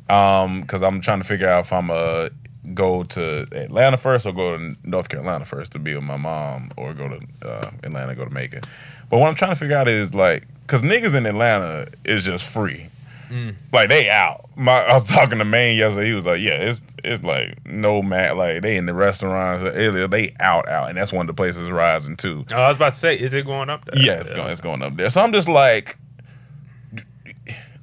Um, because I'm trying to figure out if I'm a go to Atlanta first or go to North Carolina first to be with my mom, or go to uh, Atlanta, go to Macon. But what I'm trying to figure out is like, cause niggas in Atlanta is just free. Mm. Like they out. My I was talking to Maine yesterday. He was like, "Yeah, it's it's like no mat. Like they in the restaurants. They they out out, and that's one of the places rising too. I was about to say, is it going up there? Yeah, it's going, it's going up there. So I'm just like,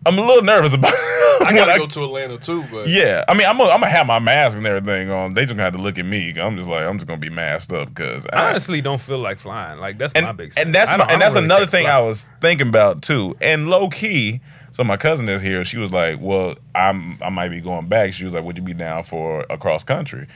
I'm a little nervous about. I when gotta go to Atlanta too, but Yeah, I mean, I'm gonna I'm gonna have my mask and everything on. They just gonna have to look at me. 'cause I'm just like, I'm just gonna be masked up because I honestly don't feel like flying. Like that's and, my big. and that's I my, don't- I and that's don't really another care thing to fly. I was thinking about too. And low key, so my cousin is here. She was like, "Well, I'm I might be going back." She was like, "Would you be down for a cross country?"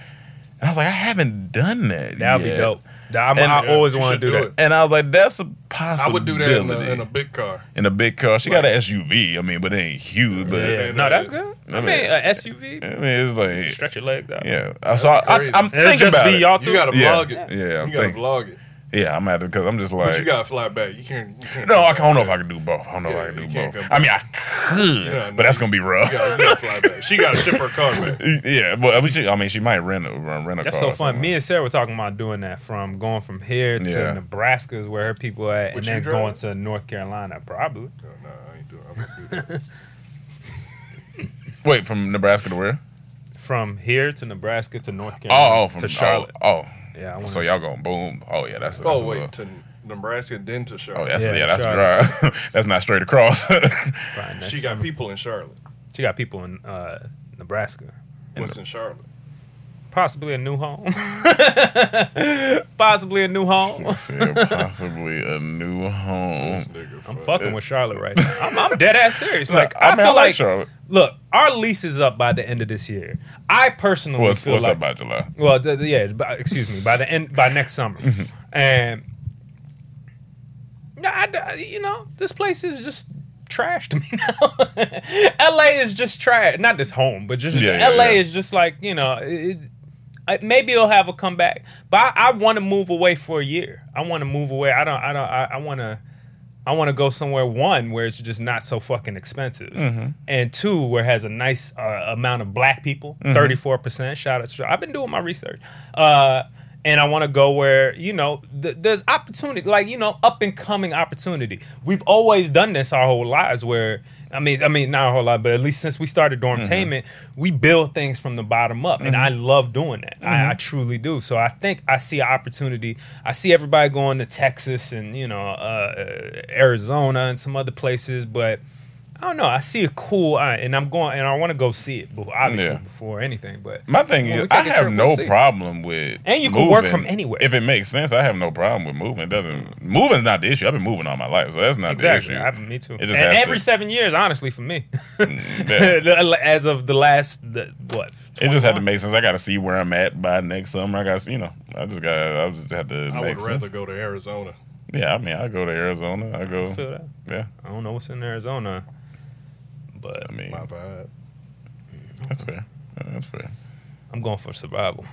And I was like, "I haven't done that. That'd yet." be dope. I'm, And- I always You want to should do do that. it. And I was like, "That's a possibility." I would do that in a, in a big car. in a big car. She got an SUV. I mean, but it ain't huge. But Yeah, no, that's good. I I mean, mean- a SUV, I mean, it's like stretch your legs out. yeah. I saw. I, crazy. I'm It'll thinking just about be it. y'all two. You gotta Yeah. vlog Yeah, it. I'm you gotta thinking. vlog it. Yeah, I'm at it because I'm just like. But you gotta fly back. You can't. You can't no, I fly don't know if back. I can do both. I don't know if Yeah, I can you do can't both. come I mean, I could, Yeah, but no, that's gonna be rough. You gotta, you gotta fly back. She gotta ship her car back. yeah, but I mean, she, I mean, she might rent a rent a That's car. so or fun. something. Me and Sarah were talking about doing that from going from here to Yeah. Nebraska is where her people are at, Would you and then drive? going to North Carolina, probably. No, no, I ain't doing. I'm gonna do that. Wait, from Nebraska to where? From here to Nebraska to North Carolina Oh, oh from to Charlotte. Oh, oh. Yeah, I wanna- so y'all going boom? Oh yeah, that's. that's Oh a wait, little- to Nebraska, then to Oh Charlotte. that's yeah, Yeah, that's Charlotte. dry. that's not straight across. Right, next she got summer. people in Charlotte. she got people in uh, Nebraska. What's in Charlotte? Possibly a new home. Possibly a new home. Said possibly a new home. I'm fucking with Charlotte right now. I'm, I'm dead ass serious. Like I I, mean, I feel like like, Charlotte. look, our lease is up by the end of this year. I personally What's, feel what's like up by July? well, th- th- yeah, by, excuse me, by the end by next summer, Mm-hmm. and Nah, I, I- you know this place is just trash to me now. L.A. is just trash. Not this home, but just Yeah, yeah, L.A. yeah. is just like you know. It, it- I- maybe it'll have a comeback, but I, I want to move away for a year. I want to move away. I don't. I don't. I, I want to. I want to go somewhere one where it's just not so fucking expensive, and two where it has a nice uh, amount of black people, thirty four percent. Shout out! to- I've been doing my research, uh, and I want to go where you know th- there's opportunity, like you know, up and coming opportunity. We've always done this our whole lives. Where I mean, I mean, not our whole life, but at least since we started Mm-hmm. Dormtainment, we build things from the bottom up, and I love doing that. I, I Mm-hmm. truly do. So I think I see an opportunity. I see everybody uh, going to Texas and you know uh, Arizona and some other places, but I don't know. I see a cool eye, and I'm going, and I want to go see it. Before, obviously, Yeah. before anything, but My thing When we is, take I a have trip, no we'll see. problem with And you can work moving. from anywhere. if it makes sense. I have no problem with moving. It doesn't moving's not the issue. I've been moving all my life, so that's not Exactly. the issue. I, me too. It just And has every to- seven years, honestly, for me, yeah. as of the last the, what? It just had to 21? make sense. I got to see where I'm at by next summer. I got to, you know, I just got, I just had to. I make would rather sense. go to Arizona. Yeah, I mean, I go to Arizona. I go. Feel that? Yeah, I don't know what's in Arizona, but I mean, My vibe. that's fair. Yeah, That's fair. I'm going for survival.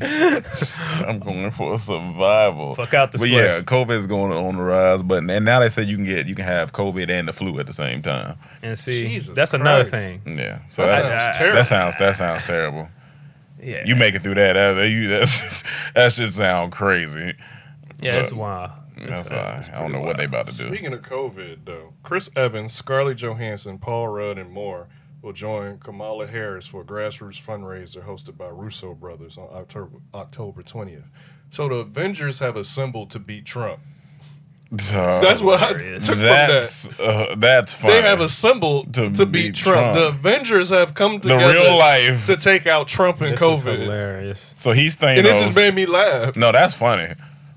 I'm going for survival. Fuck out the But yeah, splash. COVID is going on the rise. But and now they say you can get, you can have COVID and the flu at the same time. And see, Jesus that's another Christ. thing. Yeah. So that, That sounds that, terrible. sounds that sounds terrible. Yeah, You make it through that. That, that, you, that's, that shit sound crazy. yeah, it's uh, so- wild. That's uh, why I don't know what they about to do. Speaking of COVID, though, Chris Evans, Scarlett Johansson, Paul Rudd, and more will join Kamala Harris for a grassroots fundraiser hosted by Russo Brothers on October October 20th. So the Avengers have assembled to beat Trump. So- That's what I took from that. That's uh, that's funny. They have assembled To to, beat beat Trump. Trump. The Avengers have come together real life. to take out Trump and This is COVID. hilarious. so he's thinking. And it just made me laugh. no, that's funny.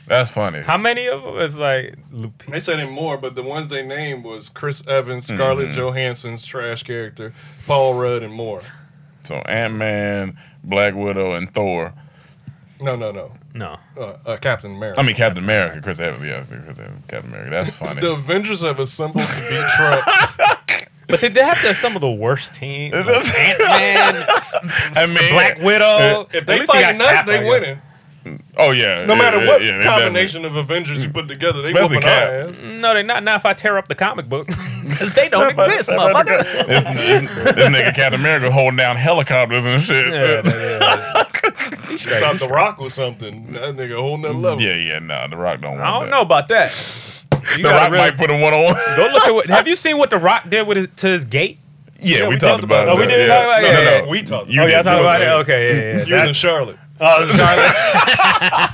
That's funny. How many of them? It's like Lupita. They said it more, but the ones they named was Chris Evans, Hmm. Scarlett Johansson's trash character, Paul Rudd, and more. So Ant Man, Black Widow, and Thor. No, no, no. No, Uh, uh, Captain America. I mean Captain America, Chris Evans. Yeah, Chris Evans, Captain America. That's funny. the Avengers have assembled to beat Trump. but they, they have to assemble the worst team. Like Ant Man, I mean, Black Widow. If At they least he got fighting us, Cap, I they guess. winning. oh yeah. No yeah, matter yeah, what yeah, they combination of Avengers you put together, they Especially whooping our Cap. Mm, ass. No, they're not. Not if I tear up the comic book because they don't definitely- exist, motherfucker. This, this nigga Captain America holding down helicopters and shit. Yeah, Yeah, You Thought The Rock was something. That nigga a whole nother level. Mm, yeah, nah. The Rock don't. Want I don't that. know about that. You The gotta Rock really- might put him one on one. Go look at what. Have you seen what The Rock did with his, to his gate? Yeah, we, we talked talked about. about it. it. Oh, we did talk about it? No, Yeah, no, yeah, no. we talked You oh, y'all did. talking about it? Yeah. Okay, yeah, yeah. You was in Charlotte. oh, it's Charlotte.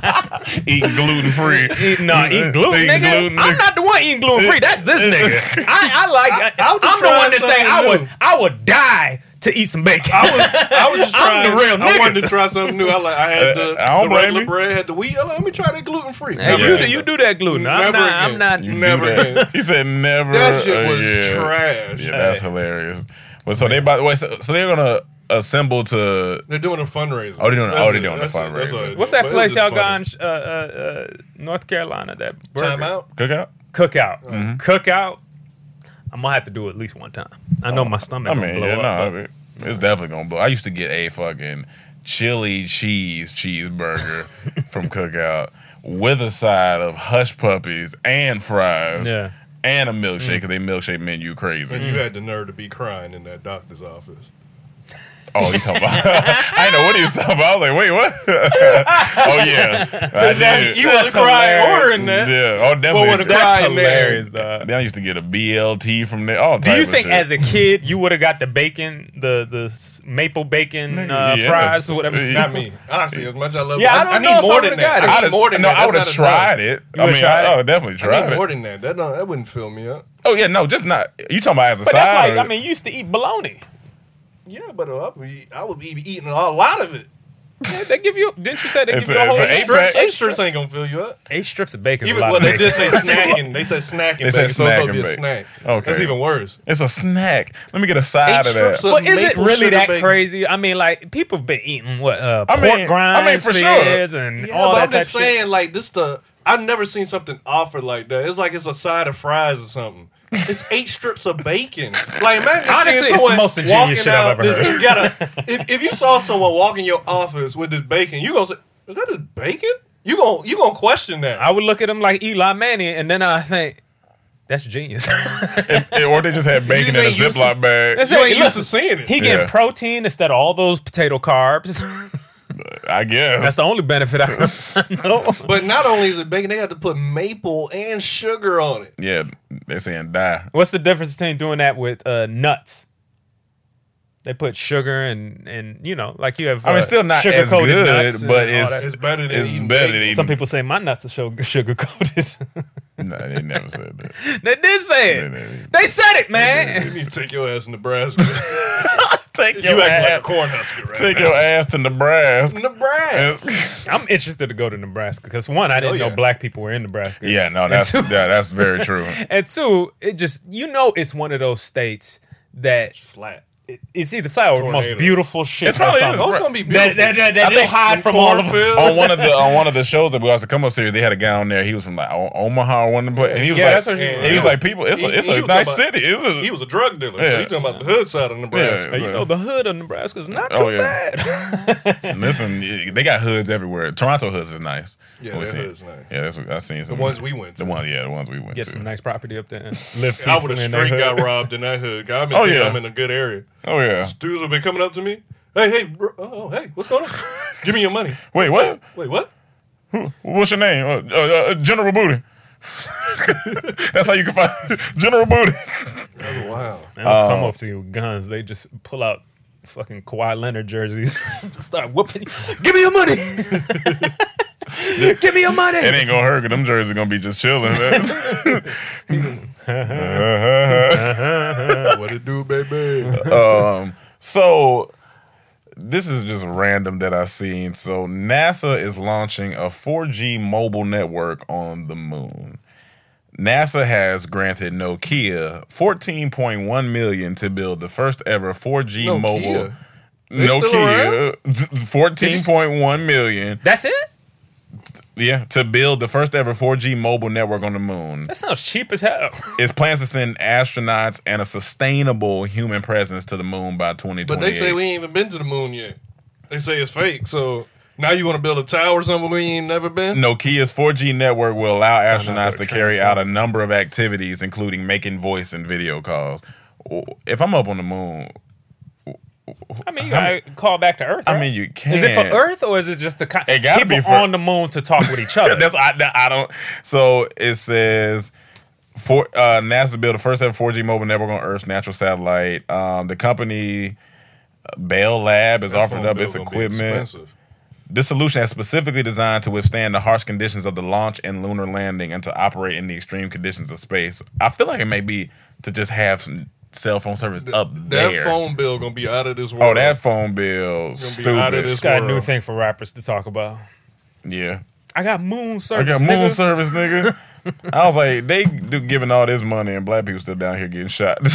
Eating gluten free. Eat, nah, eat uh, gluten, Eating nigga. gluten, I'm nigga. not the one eating gluten free. That's this nigga. I, I like. I, I was just am the trying one that say I something would. new. I would die to eat some bacon. I was, I was just I'm trying. the real I nigga. wanted to try something new. I like. I had the, Uh, I don't the blame regular you. bread, had the wheat. I'm like, let me try that gluten free. Hey, Yeah. you, do, you do that gluten. I'm Never not. again. I'm You not. do Never that. again. He said never. That shit uh, was yeah. trash. Yeah, that's hilarious. But so they by the way, so, so they're gonna assemble to. They're doing a fundraiser. Oh, they're doing- That's oh, they're it. doing a That's it. That's fundraiser. it. What's that But it place was y'all funny. gone? Uh, uh, uh, North Carolina. That burger. Time out. Cookout. Cookout. Cookout. I'm gonna have to do it at least one time. I know my stomach. Oh. I gonna mean, blow yeah, up, no, I but- mean, it's definitely gonna blow. I used to get a fucking chili cheese cheeseburger from Cookout with a side of hush puppies and fries. Yeah. And a milkshake because they milkshake menu crazy. And you had the nerve to be crying in that doctor's office. Oh, he talking about? I didn't know what he was talking about. I was like, wait, what? oh yeah, I did. You was crying hilarious. ordering that. Yeah, oh But when definitely. a That's cry in there, hilarious, dog. Then I used to get a BLT from there. All Do type you of think shit. as a kid you would have got the bacon, the the s- maple bacon uh, yes. fries or whatever? Yeah. Not me. Honestly, as much as I love Yeah, I it, don't I, need know if I more would've than that. got it. I I'd need have- more than no, that. I would have That's not enough. tried it. I would've mean, tried I, I it? would definitely I tried need it. more than that. That don't, that wouldn't fill me up. oh yeah, no, just not. You talking about as a But that's side? like or- I mean, you used to eat bologna. Yeah, but uh, I would be, I would be eating a lot of it. Yeah, they give you didn't you say they It's give you a- a it's whole an eight, eight- eight, Strips, pack- eight strips ain't gonna fill you up. strips of bacon? is a Even lot well, of they did bacon. say snacking. They said snacking. They said They said so it's supposed to snacking be a bake. snack. Okay. that's even worse. it's a snack. Let me get a side of that. But is it maple really sugar that bacon. crazy? I mean, like people have been eating what uh, I pork mean- I mean, grinds for for sure. years and Yeah, all but that I'm type just shit. saying, like this, the I've never seen something offered like that. It's like it's a side of fries or something. It's eight strips of bacon. Like imagine Honestly, seeing it's the someone most ingenious walking shit out I've ever this- heard. You gotta, if, if you saw someone walk in your office with this bacon, you gonna say, "Is that just bacon?" You gonna you gonna question that? I would look at them like Eli Manning, and then I think that's genius. It- or they just had bacon in a ain't used Ziploc bag. That's it. you ain't used Listen, to seeing it. he getting Yeah. protein instead of all those potato carbs. I guess. That's the only benefit I I know. But not only is it bacon, they have to put maple and sugar on it. yeah, they saying die. What's the difference between doing that with uh, nuts? They put sugar and and you know, like you have. I mean, uh, still not as sugar-coated good, nuts and but all it's- that. It's better than it's eating better bagels. than eating- Some people say my nuts are sugar coated. No, they never said that. they did say They did. it. They said it, You man. need to take your ass to Nebraska. Take you act like a cornhusker right Take now. your ass to Nebraska. Nebraska. I'm interested to go to Nebraska because one, I didn't Oh, yeah. know black people were in Nebraska. yeah, no, that's yeah, that's very true. And two, it just you know, it's one of those states that Flat. it- it's either flower or the most Tornadoes. beautiful shit. It's probably that's is. on- Those Oh, gonna be beautiful. That, that, that, that I they think hide from all of us. cornfields. on one of the on one of the shows that we watched the come up series, they had a guy on there. He was from like O- Omaha or one of the places, and he was Yeah, like, that's what she and was. he was like, people, it's a, He- it's he a was nice talking about- city. It was a- He was a drug dealer. So Yeah. you talking about the hood side of Nebraska? Yeah. You know, the hood of Nebraska is not Oh, too yeah. bad. Listen, they got hoods everywhere. Toronto hoods is nice. Yeah, We've their seen- hood's nice. Yeah, that's what I've seen. Some ones we went The to. one, yeah, the ones we went Get to. some nice property up there. and Live peacefully I would have in their straight hood. got robbed in that hood. 'cause I'm in, Oh, yeah. I'm in a good area. Oh yeah. Dudes have been coming up to me. Hey, hey, bro. oh, hey, what's going on? Give me your money. Wait, what? Wait, what? What's your name? Uh, uh, uh, General Booty. that's how you can find General Booty. Oh, wow. They don't come up to you with guns. They just pull out fucking Kawhi Leonard jerseys, start whooping. you. Give me your money. Give me your money. It ain't gonna hurt. 'cause Them jerseys are gonna be just chilling. what it do, baby? um, so this is just random that I've seen. So NASA is launching a 4G mobile network on the moon. NASA has granted Nokia 14.1 million to build the first ever 4G Nokia? mobile. They still Nokia 14.1 million. That's it. Yeah, to build the first ever 4G mobile network on the moon. That sounds cheap as hell. It plans to send astronauts and a sustainable human presence to the moon by 2028. But they say we ain't even been to the moon yet. They say it's fake. So now you want to build a tower somewhere we ain't never been? Nokia's 4G network will allow astronauts they're to carry out a number of activities, including making voice and video calls. If I'm up on the moon, I mean, you gotta call back to Earth. I right? mean, you can. Is it for Earth or is it just the con- It gotta people be for- on the moon to talk with each other? That's I, I don't. So it says. For, uh, NASA built the first ever 4G mobile network on Earth's natural satellite. Um, the company uh, Bell Lab is offering up its equipment. This solution is specifically designed to withstand the harsh conditions of the launch and lunar landing and to operate in the extreme conditions of space. I feel like it may be to just have some cell phone service up That there. phone bill gonna be out of this oh, world. that phone bill. out of Stupid. this Just got a new world. thing for rappers to talk about. Yeah. I got moon I service. got moon nigga. service, nigga. I was like, they do giving all this money and black people still down here getting shot.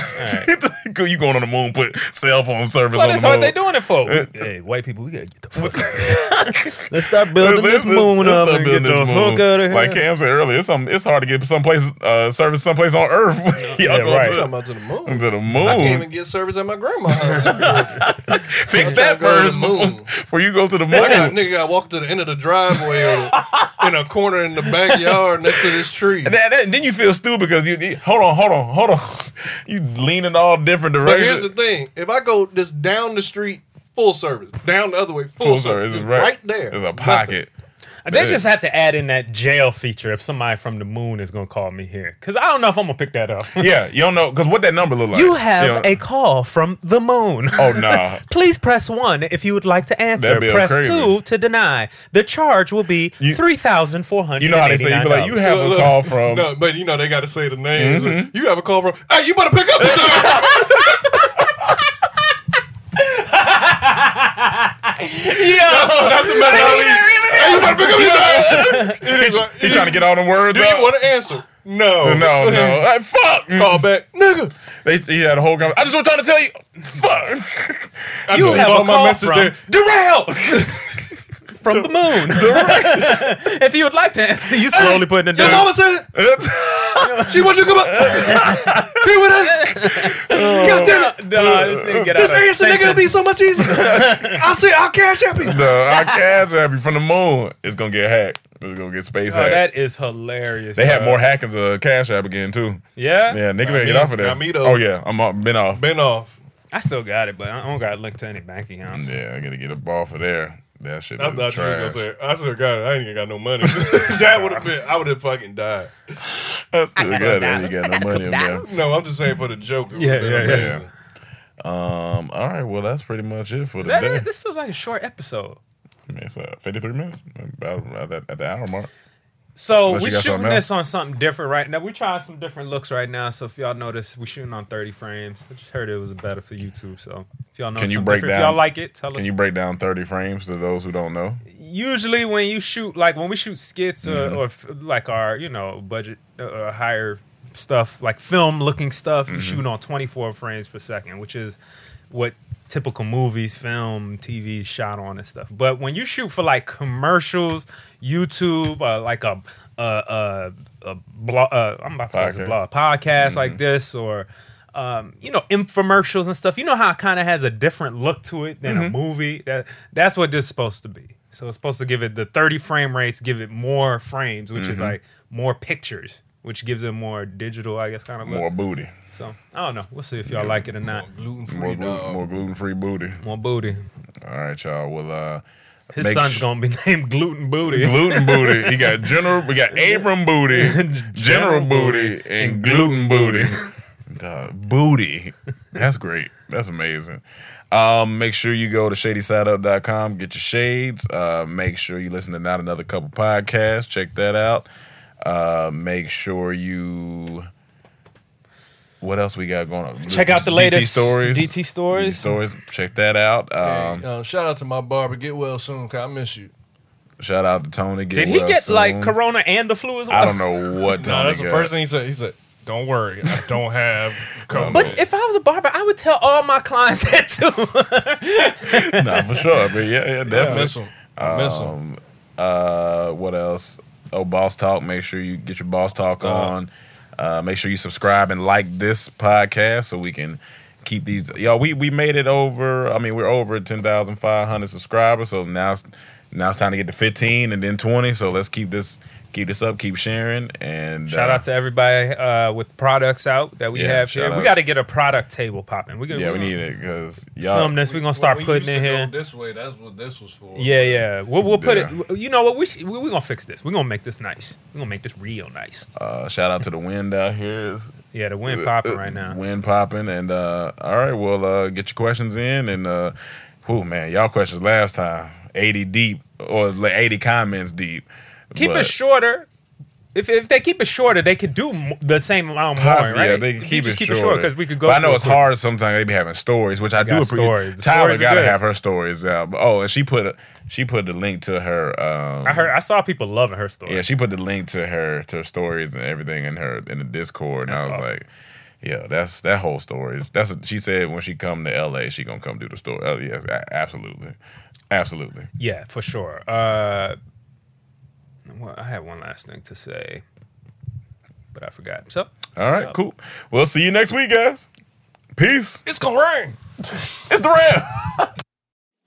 you going on the moon, put cell phone service on Well, that's the what moon. they doing it for. Uh, hey, white people, we gotta get the fuck. Let's start building Let's- this let's- moon let's up stop and get building the this fuck moon. out of here. Like Cam said earlier, it's some, it's hard to get someplace uh, service someplace on Earth. Y'all Yeah, going right. to- Talking about to the moon. to the I can't even moon. get service at my grandma's house. Fix I that gotta go to first the moon. before, before you go to the I got, moon. nigga got walked to the end of the driveway or in a corner in the backyard next to this tree. And that- that- then you feel stupid because you, you- hold on, hold on, hold on. You leaning all different But here's the directions. thing: if I go just down the street, full service, down the other way, full, Full service, service is just right, right, there. There's a pocket. They just have to add in that jail feature if somebody from the moon is gonna call me here, because I don't know if I'm gonna pick that up. yeah, you don't know because what that number look like. You have don't- a call from the moon. oh nah. Please press one if you would like to answer. That'd be Press crazy. two to deny. The charge will be You- three thousand four hundred. You know how they say you be like you have Look, a look. call from. Mm-hmm. No, but you know they got to say the names. You have a call from. Hey, you better pick up the phone. yeah. That's the matter. Hey, you better pick up the phone. It is like- He trying to get all the words You out. didn't want to answer. No, no, no. Like, fuck. Call back, nigga. They, he had a whole conversation. I just was trying to tell you. Fuck. I You just have left a call from there. Darrell from the moon. if you would like to answer, you slowly putting it Your down. mama said she wants you to come up here with us. God damn it. Nah, this nigga get out This of answer, nigga, Satan. will be so much easier. I'll say, I'll cash up you. the our cash app from the moon is gonna get hacked. It's gonna get space Oh, hacked. that is hilarious. they had bruh. more hackings of Cash App again too. Yeah, Yeah, niggas gotta get me- off of that. not me, though. oh yeah, I'm off, been off. Been off. I still got it, but I don't got linked to any bank accounts. Yeah, I gotta get a ball for there. That shit I is thought you was gonna trash. say, I still got it. I ain't even got no money. that would have been, I would have fucking died. That's too good. some You got no money in there. No, I'm just saying for the joke. it Yeah, would've been yeah, yeah. amazing. Um. All right. Well, that's pretty much it for Is the that day. it? This feels like a short episode. I mean, it's uh, 53 minutes about at the, at the hour mark. So Unless you we got shooting something else. this on something different right now. We're trying some different looks right now. So if y'all notice, we're shooting on 30 frames. I just heard it was better for YouTube. So if y'all know, Can you break down? If y'all like it, tell can us. you break down 30 frames to those who don't know? Usually when you shoot, like when we shoot skits or, Mhm. or f- like our you know budget uh, uh, higher stuff, like film looking stuff, you Mhm. shoot on 24 frames per second, which is what typical movies, film, TV is shot on and stuff. But when you shoot for like commercials, YouTube, uh, like a a a, a blog, uh, I'm about to say it's a Podcast. blog podcast Mm-hmm. like this or. Um, you know infomercials and stuff. You know how it kind of has a different look to it than a Mhm. movie. That that's what this is supposed to be. So it's supposed to give it the 30 frame rates, give it more frames, which is Mhm. like more pictures, which gives it more digital, I guess, kind of More booty. So I don't know. We'll see if y'all like it or not. More, glu- more gluten free booty. More booty. All right, y'all. Well, uh, His make son's sh- gonna be named Gluten Booty. Gluten booty. He got general. We got Abram booty, general booty, and gluten booty. Duh, booty. That's great. That's amazing. Um, make sure you go to shadysideup.com, get your shades. Uh, make sure you listen to Not Another Couple podcast. Check that out. Uh, make sure you. What else we got going on? Check out the DT latest stories. DT stories. DT stories. Check that out. Um, Hey, uh, shout out to my barber. Get well soon, cause I miss you. Shout out to Tony. Get Did he well get like soon. corona and the flu as well? I don't know what Tony No, that's the got. first thing he said. He said, "Don't worry, I don't have COVID." But if I was a barber, I would tell all my clients that too. nah, for sure. But yeah, yeah, definitely. miss 'em. I miss 'em. Um, Uh, what else? Oh, Boss Talk. Make sure you get your Boss Talk on. Uh, make sure you subscribe and like this podcast so we can keep these. Y'all, we we made it over. I mean, we're over ten thousand five hundred subscribers. So now it's now it's time to get to fifteen and then twenty. So let's keep this keep this up. Keep sharing and Shout uh, out to everybody uh, with products out that we Yeah, have shout here. out. We got to get a product table popping. We gonna, yeah, we need it because y'all film this. We're gonna start Well, we putting used in to go here. This way, that's what this was for. Yeah, yeah. We'll, we'll put Yeah. it. You know what? We sh- we we gonna fix this. We're gonna make this nice. We're gonna make this real nice. Uh, shout out to the wind out here. Yeah, the wind popping right now. Uh, Wind popping, and uh, all right, well, uh, get your questions in, and uh, whew, man, y'all questions last time eighty deep or like eighty comments deep. Keep But it shorter. If, if they keep it shorter, they could do m- the same amount more, poss- right? Yeah, they can You keep just it keep it short because because we could go. I know through it's quick. hard sometimes. They be having stories, which I do got appreciate. stories. The Tyler stories are gotta good. have her stories out. Oh, and she put a, she put the link to her. Um, I heard. I saw people loving her story. Yeah, she put the link to her to her stories and everything in her in the Discord, and That's I was awesome. like, "Yeah, that's that whole story. That's a, she said when she come to L.A., she gonna come do the story. Oh, yes, a- absolutely, absolutely. Yeah, for sure. Uh, well, I had one last thing to say, but I forgot. So, All right, cool. We'll see you next week, guys. Peace. It's gonna rain. It's the ramp.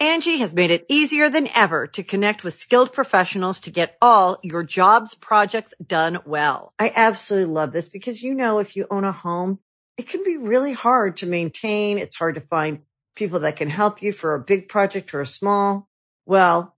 Angie has made it easier than ever to connect with skilled professionals to get all your jobs projects done well. I absolutely love this because, you know, if you own a home, it can be really hard to maintain. It's hard to find people that can help you for a big project or a small. Well,